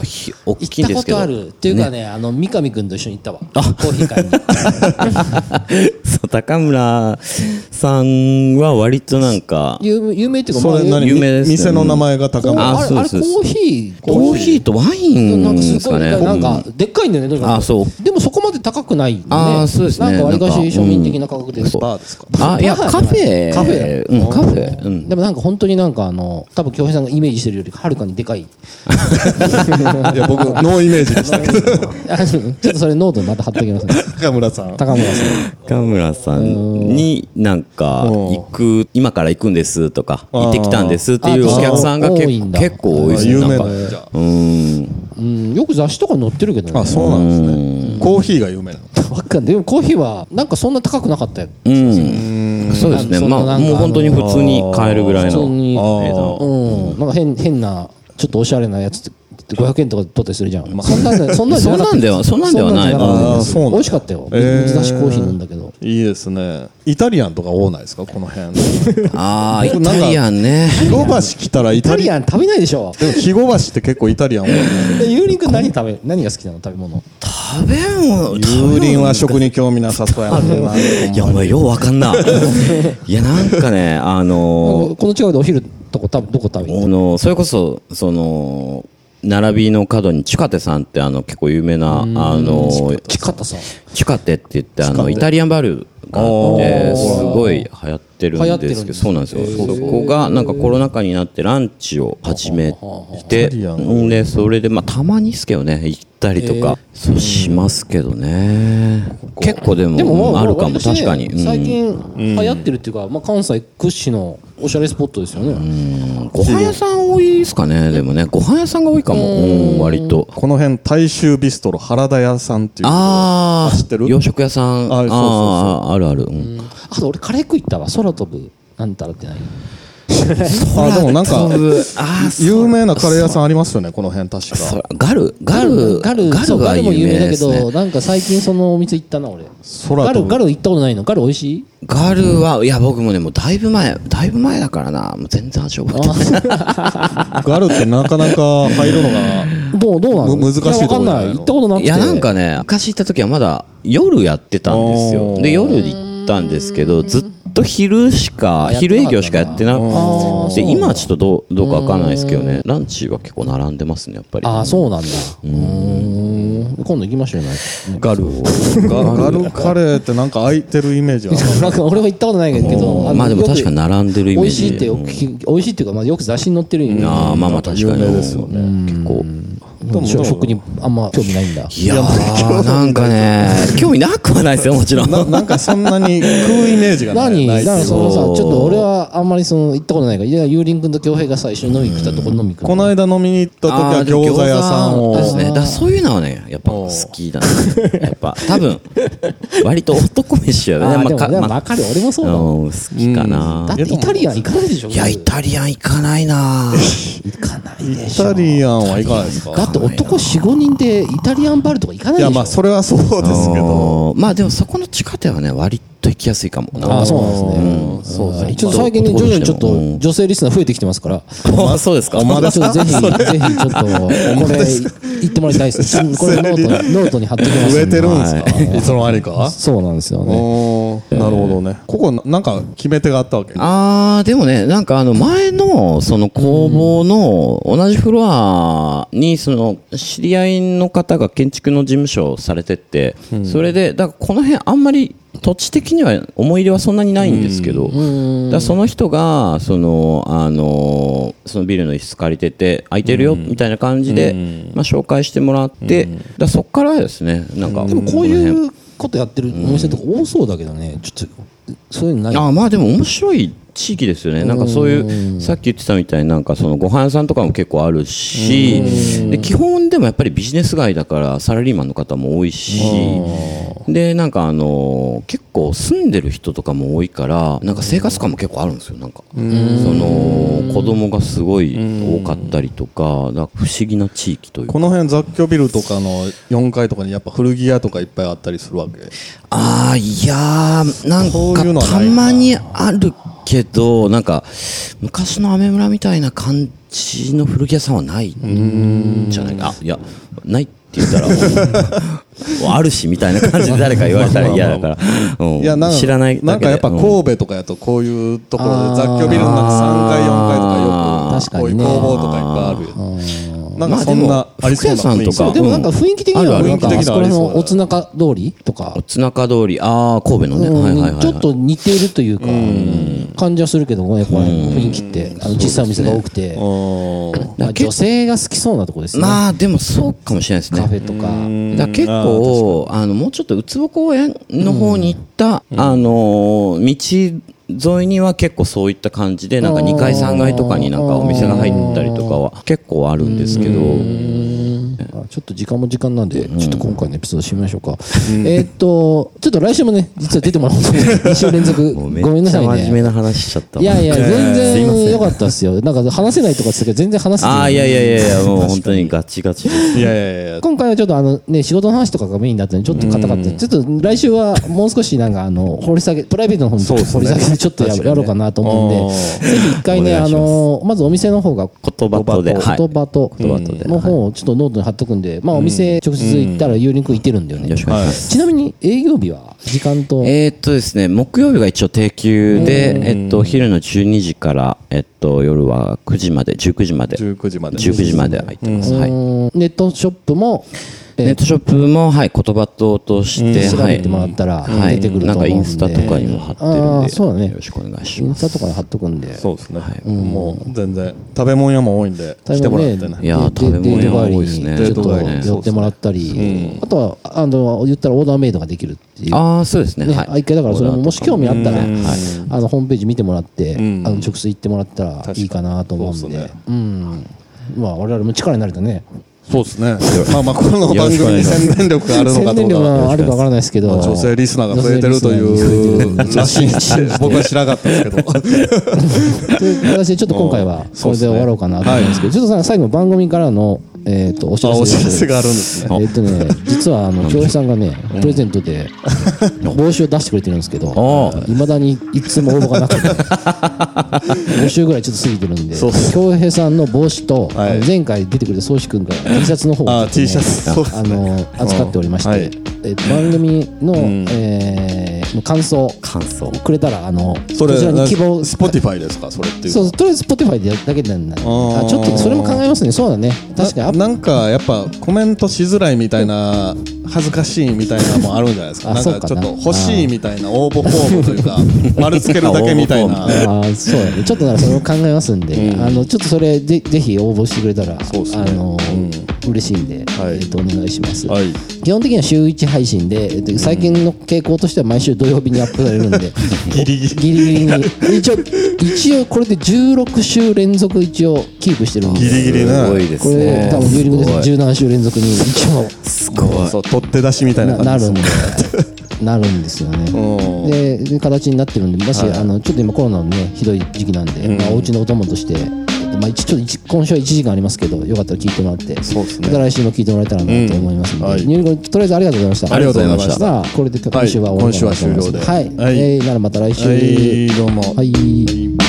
Speaker 4: ひ大きい
Speaker 2: 行った
Speaker 4: んで
Speaker 2: こ
Speaker 4: すけど。
Speaker 2: とあるっていうかねあの三上君と一緒に行ったわコーヒー会に
Speaker 4: そう、高村さんは割となんか、
Speaker 2: 有名有名っていうかま
Speaker 3: そ
Speaker 2: あ
Speaker 3: れ何
Speaker 4: 有名ですね
Speaker 3: 店の名前が高
Speaker 4: あ
Speaker 3: 村。
Speaker 2: あれ
Speaker 4: そ
Speaker 2: あ
Speaker 4: う
Speaker 2: れ
Speaker 4: で
Speaker 2: コ
Speaker 4: す
Speaker 2: ーヒー
Speaker 4: コーヒーとワイ
Speaker 2: ーなん
Speaker 4: ン
Speaker 2: か
Speaker 4: ですす
Speaker 2: ご
Speaker 4: か
Speaker 2: い
Speaker 4: ね。
Speaker 2: なん
Speaker 4: う
Speaker 2: か
Speaker 4: ん
Speaker 2: でっかいんだよねとにかく
Speaker 4: あそう
Speaker 2: でもそこまで高くないんでね
Speaker 4: あーそうですね
Speaker 2: なんかわりかし
Speaker 4: なんか
Speaker 2: 庶民的な価格で
Speaker 4: うん
Speaker 2: す
Speaker 3: バーですか。
Speaker 4: あ、いや、
Speaker 2: バー
Speaker 4: カフェ。
Speaker 2: カフェ
Speaker 4: うん、カフェ。うん。
Speaker 2: でもなんか本当になんかあの多分京平さんがイメージしてるよりはるかにで かい
Speaker 3: いや、僕、ノーイメージでしたけど。
Speaker 2: あのちょっとそれノートにまた貼っときますね
Speaker 3: 高村さん。
Speaker 2: 高村さん
Speaker 4: 高村さんになんか行く今から行くんですとか
Speaker 3: あー
Speaker 4: 行ってきたんですっていうお客さんが
Speaker 2: あー多いん
Speaker 4: 結
Speaker 2: だ
Speaker 4: 結構多いですね
Speaker 3: 有名
Speaker 4: なん
Speaker 3: な
Speaker 4: か
Speaker 3: んやじゃ
Speaker 4: うん
Speaker 2: うんよく雑誌とか載ってるけどね
Speaker 3: あ。あ、そうなんですね。コーヒーが有名なの。
Speaker 2: わかんないでもコーヒーはなんかそんな高くなかったよ
Speaker 4: うんそうですね
Speaker 2: そんな
Speaker 4: ま
Speaker 2: な
Speaker 4: あ
Speaker 2: んか
Speaker 4: もう本当に普通に買えるぐらい
Speaker 2: 普通
Speaker 4: の
Speaker 2: に
Speaker 3: あー
Speaker 4: 値段
Speaker 2: うん、なんか変変なちょっとおしゃれなやつって500円とか取ったりするじゃん、そんなんでそんなんじゃ
Speaker 4: そ
Speaker 2: な
Speaker 4: んな
Speaker 2: く
Speaker 4: ん
Speaker 2: て
Speaker 4: ではそんなんではない
Speaker 2: そんなんじゃなかった
Speaker 3: あーそうなんだ
Speaker 2: 美味しかったよ、
Speaker 3: えー
Speaker 2: 水出しコーヒー飲んだけど
Speaker 3: いいですね。イタリアンとか多ないですか、この辺。
Speaker 4: ああイ
Speaker 3: 僕なんか
Speaker 4: タリアンね
Speaker 3: 肥後橋来たらイ
Speaker 2: イタ
Speaker 3: タ
Speaker 2: リ
Speaker 3: リアン。
Speaker 2: アン食べないでしょ
Speaker 3: でも肥後橋って結構イタリアン多いね。
Speaker 2: でユーリン君何食べ何が好きなの食べ物
Speaker 4: 食べ物
Speaker 3: 油林は食に興味なさそうやな。
Speaker 4: いやお前ようわか んないいやなんかねあのー
Speaker 2: この近くでお昼とこ食べどこ食べに行
Speaker 4: あ
Speaker 2: っ
Speaker 4: のそれこそその並びの角にチュカテさんってあの結構有名なあの
Speaker 2: た近かったさん
Speaker 4: チュカテって言ってあのイタリアンバルかってすごい流行ってるんですけど
Speaker 2: 流行ってるんですね
Speaker 4: そうなんですよそこがなんかコロナ禍になってランチを始め
Speaker 3: イ
Speaker 4: て
Speaker 3: タリアン
Speaker 4: んでそれでまあたまにですけどね行ったりとかそうしますけどね結構でも
Speaker 2: でもまあ
Speaker 4: うん
Speaker 2: まあ
Speaker 4: あるかも
Speaker 2: 割とね
Speaker 4: 確かにうん
Speaker 2: 最近流行ってるっていうか、まあ、関西屈指のおしゃれスポットですよね、
Speaker 4: ご飯屋さん多いですかねでもねご飯屋さんが多いかもうん割と
Speaker 3: この辺大衆ビストロ原田屋さんっていう
Speaker 4: ああ
Speaker 3: 知ってる
Speaker 4: 洋食屋さん
Speaker 3: あそうそうそう
Speaker 4: あーあるあるうん
Speaker 2: あと俺カレー食いったわ空飛ぶなんたらってない
Speaker 3: あでもなんか
Speaker 4: あー
Speaker 3: 有名なカレー屋さんありますよねこの辺確か
Speaker 4: そらガルガル
Speaker 2: ガル
Speaker 4: ガ
Speaker 2: そ
Speaker 4: ル
Speaker 2: うガ
Speaker 4: が
Speaker 2: ルも有
Speaker 4: 有
Speaker 2: 名
Speaker 4: 名
Speaker 2: だ
Speaker 4: で
Speaker 2: け
Speaker 4: すね
Speaker 2: どなんか最近そのお店行ったな俺
Speaker 3: 空
Speaker 2: ガ
Speaker 3: 飛
Speaker 2: ル
Speaker 3: ぶ
Speaker 2: ガル行ったことないのガル美味しい
Speaker 4: ガルは、いや、僕もね、もうだいぶ前、だいぶ前だからな、もう全然味覚えてない。
Speaker 3: ガルってなかなか入るのが
Speaker 2: どうどうなの
Speaker 3: む難しいとこ
Speaker 2: やわかん
Speaker 3: じゃな
Speaker 2: ないい
Speaker 3: の
Speaker 2: 行ったことなくて
Speaker 4: いや、なんかね、昔行った時はまだ夜やってたんですよ
Speaker 3: お。ー
Speaker 4: で、夜行ったんですけど、ずっと昼しか、
Speaker 2: あやってなかったな
Speaker 4: 昼営業しかやってな
Speaker 2: あ
Speaker 4: く
Speaker 2: ー
Speaker 4: て、今はちょっとどうどうかわかんないですけどね、ランチは結構並んでますね、やっぱり。
Speaker 2: ああそうなんだうーん今度行きましょうよなんか
Speaker 4: ガルを。
Speaker 3: ガルカレーってなんか空いてるイメージが
Speaker 2: なんか 俺は行ったことないけど
Speaker 4: まあでも確か
Speaker 2: に
Speaker 4: に並んでるイ
Speaker 2: 美
Speaker 4: メー
Speaker 2: 味
Speaker 4: ジ。
Speaker 2: しいってよく聞き美味しいっていうかまあよく雑誌に載ってるイメージ
Speaker 4: ああ、まあまあ確かに。
Speaker 3: 有名ですよね
Speaker 4: 結構。
Speaker 2: でも食にあんま興味ないんだ
Speaker 4: いやー、なんかね、興味なくはないですよ、もちろん。
Speaker 3: ななんかそんなに食うイメージがない
Speaker 2: 何
Speaker 3: な
Speaker 2: ないんかそのさち
Speaker 4: そ
Speaker 2: ょ
Speaker 4: う
Speaker 2: っと俺はあんまりその行ったことないからいやユーリン君と恭平が最初に飲みに来たとこ飲みに行く
Speaker 3: この間飲みに行った時
Speaker 4: あ
Speaker 3: は
Speaker 4: ーでも
Speaker 3: 餃子屋さんを
Speaker 4: ですね。だからそういうのはね、やっぱ好きだね。やっ ぱ、多分、割と男飯やね。
Speaker 2: あーでも
Speaker 4: か
Speaker 2: でも分かる俺もそうだ
Speaker 4: う
Speaker 2: もん
Speaker 4: ん好きかな
Speaker 2: だっ。てイタリアン行かないでしょ
Speaker 4: いや、イタリアン行かないな
Speaker 2: 行かないで
Speaker 3: イ
Speaker 2: しょ
Speaker 3: タリアンはいかないですか
Speaker 2: だって男45人でイタリアンバルとか行かないで
Speaker 3: い
Speaker 2: しょ
Speaker 3: やまあそれはそうですけど
Speaker 4: うんまあでもそこの地下鉄はね、割と行きやすいかもな。
Speaker 2: ああそう なんですね
Speaker 3: そうですね
Speaker 2: ちょっと最近ね徐々にちょっと女性リスナー増えてきてますから
Speaker 4: あそうですか。
Speaker 2: ちょっとぜひ、ぜひちょっと、これ、言ってもらいたいです。これノートに、ノートに貼ってきます
Speaker 3: 植え
Speaker 2: んで。
Speaker 3: てるんですかいつの間にか
Speaker 2: そうなんですよね。
Speaker 3: おーなるほどねここななんか決め手があったわけ
Speaker 4: あー、でもね、なんかあの前の、その工房の同じフロアに、その知り合いの方が建築の事務所をされてて、それで、だからこの辺あんまり土地的には思い入れはそんなにないんですけど、だからその人が、その、あのー、そのビルの一室借りてて、空いてるよ、みたいな感じで、まあ紹介してもらって、だからそっからですね、なんか。
Speaker 2: でもこう
Speaker 4: の辺
Speaker 2: いうことやってるお店とか多そうだけどね、ちょっと、そういうのない。
Speaker 4: あまあでも面白い地域ですよねなんかそういうさっき言ってたみたいになんかそのご飯屋さんとかも結構あるしで基本でもやっぱりビジネス街だからサラリーマンの方も多いしでなんかあの結構住んでる人とかも多いからなんか生活感も結構あるんですよなんかその子供がすごい多かったりとかなんか不思議な地域というか
Speaker 3: この辺雑居ビルとかの4階とかにやっぱ古着屋とかいっぱいあったりするわけ
Speaker 4: ああいやーなん
Speaker 3: そういうの
Speaker 4: か
Speaker 3: は
Speaker 4: た
Speaker 3: ないな
Speaker 4: まにあるけどなんか昔のアメ村みたいな感じの古着屋さんはないんじゃないかあいやないって言ったらもうあるしみたいな感じで誰か言われたら嫌だからうん
Speaker 3: いやなんか
Speaker 4: 知らないだけで
Speaker 3: なんかやっぱ
Speaker 4: うん
Speaker 3: 神戸とかやとこういうところで雑居ビルのなんか3階4階
Speaker 2: あー
Speaker 3: と
Speaker 2: 確か
Speaker 3: かよくこうい
Speaker 2: にね
Speaker 3: う工房とかいっぱいあるなんかそん
Speaker 4: ま
Speaker 3: な
Speaker 4: あでも
Speaker 3: ありそうな
Speaker 4: 服屋さんと
Speaker 3: 雰
Speaker 4: か
Speaker 3: 囲気
Speaker 2: でもなんか雰囲気的には、
Speaker 4: ある
Speaker 2: な
Speaker 4: あ
Speaker 2: ん
Speaker 4: る
Speaker 2: か、あそこらのおつなか通りとか
Speaker 4: お、つなか通りああ神戸のね、はいはいはい、
Speaker 2: う
Speaker 4: は
Speaker 2: ん
Speaker 4: い、
Speaker 2: ちょっと似ているというか、感じはするけどもね、これ、雰囲気って、あの小さいお店が多くて、まあ女性が好きそうなとこですね。
Speaker 4: まあでもそうかもしれないですね
Speaker 2: カフェとか。
Speaker 4: だから結構あのもうちょっと宇都公園の方に行った、あのー道沿いには結構そういった感じでなんか2階3階とかになんかお店が入ったりとかは結構あるんですけど
Speaker 2: あちょっと時間も時間なんで、ちょっと今回のエピソード締めましょうか。えーっと、ちょっと来週もね、実は出てもらおうと思って、2週 連続、ご
Speaker 4: もうめ
Speaker 2: めん
Speaker 4: っ
Speaker 2: な
Speaker 4: ち
Speaker 2: さ
Speaker 4: ゃ
Speaker 2: い
Speaker 4: 真面目
Speaker 2: ね。
Speaker 4: な話しちゃった
Speaker 2: いやいや、全
Speaker 4: すいませ
Speaker 2: 然
Speaker 4: ん
Speaker 2: 良かったっすよ。なんか話せないとかっつったけど、全然話せてる
Speaker 4: ああいやいやいやいやもう本当にガチガチ です
Speaker 3: いやいやいや
Speaker 2: 今回はちょっとあのね、仕事の話とかがメインだったんで、ちょっと硬かったんでちょっと来週はもう少しなんかあの、掘り下げ、プライベートの方に
Speaker 3: そうです
Speaker 2: 掘
Speaker 3: ね
Speaker 2: り下げてちょっとや,、
Speaker 3: 確かにね
Speaker 2: ろうかなと思うんで、
Speaker 3: あ
Speaker 2: ぜひ一回ね、
Speaker 4: お願
Speaker 2: あ
Speaker 4: いします
Speaker 2: の、まずお店の方が
Speaker 4: 言葉とで
Speaker 2: 言
Speaker 4: はい
Speaker 2: 葉と、の方をちょっとノートに貼っとくんで、まあお店直接行ったらユーリンク行ってるんだよね。
Speaker 4: よろしくお願いします
Speaker 2: ちなみに営業日は時間と、
Speaker 4: えーっとですね、木曜日が一応定休で、えっと、昼の12時から、えっと、夜は9時まで、19時まで、
Speaker 3: 19時まで
Speaker 4: 19時まで空いてます。はい。
Speaker 2: うーんネットショップも
Speaker 4: ネットショップも、はい、言葉ととして、
Speaker 2: 調
Speaker 4: はい
Speaker 2: べてもらったら
Speaker 4: はい
Speaker 2: 出てくる
Speaker 4: な
Speaker 2: と思
Speaker 4: んか
Speaker 2: うんで
Speaker 4: インスタとかにも貼ってるん
Speaker 2: あ
Speaker 4: で、
Speaker 2: ーそうだね
Speaker 4: よろしくお願いし
Speaker 2: イン
Speaker 4: ま
Speaker 2: ス
Speaker 4: す。
Speaker 2: タとかに貼っとくんで
Speaker 3: そうですね、もう全然食べ物屋も多いんで来てもらってね
Speaker 4: いやー
Speaker 2: で
Speaker 4: 食べ物
Speaker 2: デート
Speaker 4: 屋
Speaker 2: 代わり
Speaker 4: 多いですね
Speaker 2: にちょっと
Speaker 3: デート代わりに
Speaker 2: 寄ってもらったり、あとは、あの、言ったらオーダーメイドができるっていう。
Speaker 4: ああ、そうですね。
Speaker 2: ね、
Speaker 4: は
Speaker 2: あ
Speaker 4: い。
Speaker 2: 一回だからそれももし興味あったら、
Speaker 3: うん
Speaker 2: あのホームページ見てもらって、あの直接行ってもらったらいいかなと思うんで
Speaker 3: そうですね
Speaker 2: うんまあ我々も力になれたね
Speaker 3: そうですねまあまあこの番組
Speaker 4: よろ
Speaker 3: に
Speaker 4: しくお願いします
Speaker 3: 宣伝力があるの
Speaker 2: 宣
Speaker 3: かど
Speaker 2: 伝
Speaker 3: うか
Speaker 2: 力
Speaker 3: は
Speaker 2: があるかわからないですけど、
Speaker 3: まあ女性リスナーが増えてるというらしいんで僕は知らなかったですけど
Speaker 2: という形でちょっと今回はこれで終わろうかなと思うんですけど、ちょっとさ最後番組からの、えー、とお知
Speaker 3: あ
Speaker 2: らせ
Speaker 3: お
Speaker 2: です
Speaker 3: 知らせがあるんですね
Speaker 2: えっ、とね、実はあ の京平さんがね、プレゼントで帽子を出してくれてるんですけど
Speaker 4: お、
Speaker 2: いまだにいつも応募がなく て、5週ぐらいちょっと過ぎてるんで、京平さんの帽子と、
Speaker 3: はい
Speaker 2: あの前回出てくれた宗志君から T シャツの方を
Speaker 3: あ
Speaker 2: ちょ
Speaker 3: T
Speaker 2: っ
Speaker 3: シ
Speaker 2: と
Speaker 3: ャ
Speaker 2: ね
Speaker 3: ツそうです
Speaker 2: あ
Speaker 3: ね
Speaker 2: の扱っておりまして、
Speaker 3: はい
Speaker 2: えっと番組の、えー感想
Speaker 4: 感想。
Speaker 2: くれたらあの
Speaker 3: それ
Speaker 2: こちらに希望
Speaker 3: スポティファイですかそれっていう
Speaker 2: そうとりあえず Spotify でやるだけなんだ
Speaker 3: ー
Speaker 2: あちょっとそれも考えますねそうだね確かにアップ
Speaker 3: なんかやっぱコメントしづらいみたいな恥ずかしいみたいなのもあるんじゃないですか
Speaker 2: あ
Speaker 3: なん
Speaker 2: そう
Speaker 3: か
Speaker 2: か
Speaker 3: ちょ
Speaker 2: な
Speaker 3: っと欲しいみたいな応募フォームというか丸つけるだけみたい な
Speaker 2: あーそうだねちょっとならそれを考えますんで、あのちょっとそれぜぜひ応募してくれたら、
Speaker 3: そうです
Speaker 2: あ
Speaker 3: ね
Speaker 2: の嬉しいんで、
Speaker 3: はい
Speaker 2: えっとお願いします、
Speaker 3: はい
Speaker 2: 基本的には週1配信で、えっと最近の傾向としては毎週土曜日にアップされるんで
Speaker 3: ギリギリ
Speaker 2: ギリギリに一応一応これで16週連続一応キープしてるんで
Speaker 3: ギリギリな
Speaker 4: すごいです
Speaker 2: これ
Speaker 4: ね。
Speaker 2: 多分有力です17週連続に一応
Speaker 4: すごい。
Speaker 3: そう取って出しみたいな
Speaker 2: な
Speaker 3: 感
Speaker 2: な
Speaker 3: じ
Speaker 2: るん
Speaker 3: で
Speaker 2: でなるんですよね、
Speaker 3: うん
Speaker 2: でで形になってるんでもし、あのちょっと今コロナのねひどい時期なんで、まあ、お家のお供として、まあ、一ちょっと一今週は1時間ありますけどよかったら聞いてもらって
Speaker 3: そうですね
Speaker 2: また来週も聞いてもらえたらなと思いますので、
Speaker 3: はい
Speaker 2: ニューヨークとりあえずありがとうございました
Speaker 3: ありがとうございました
Speaker 2: さあこれで今週は終わりたいと思います
Speaker 3: はい今週は終了で
Speaker 2: はい、
Speaker 3: はい
Speaker 2: えーならまた来週、
Speaker 3: はいどうも
Speaker 2: はい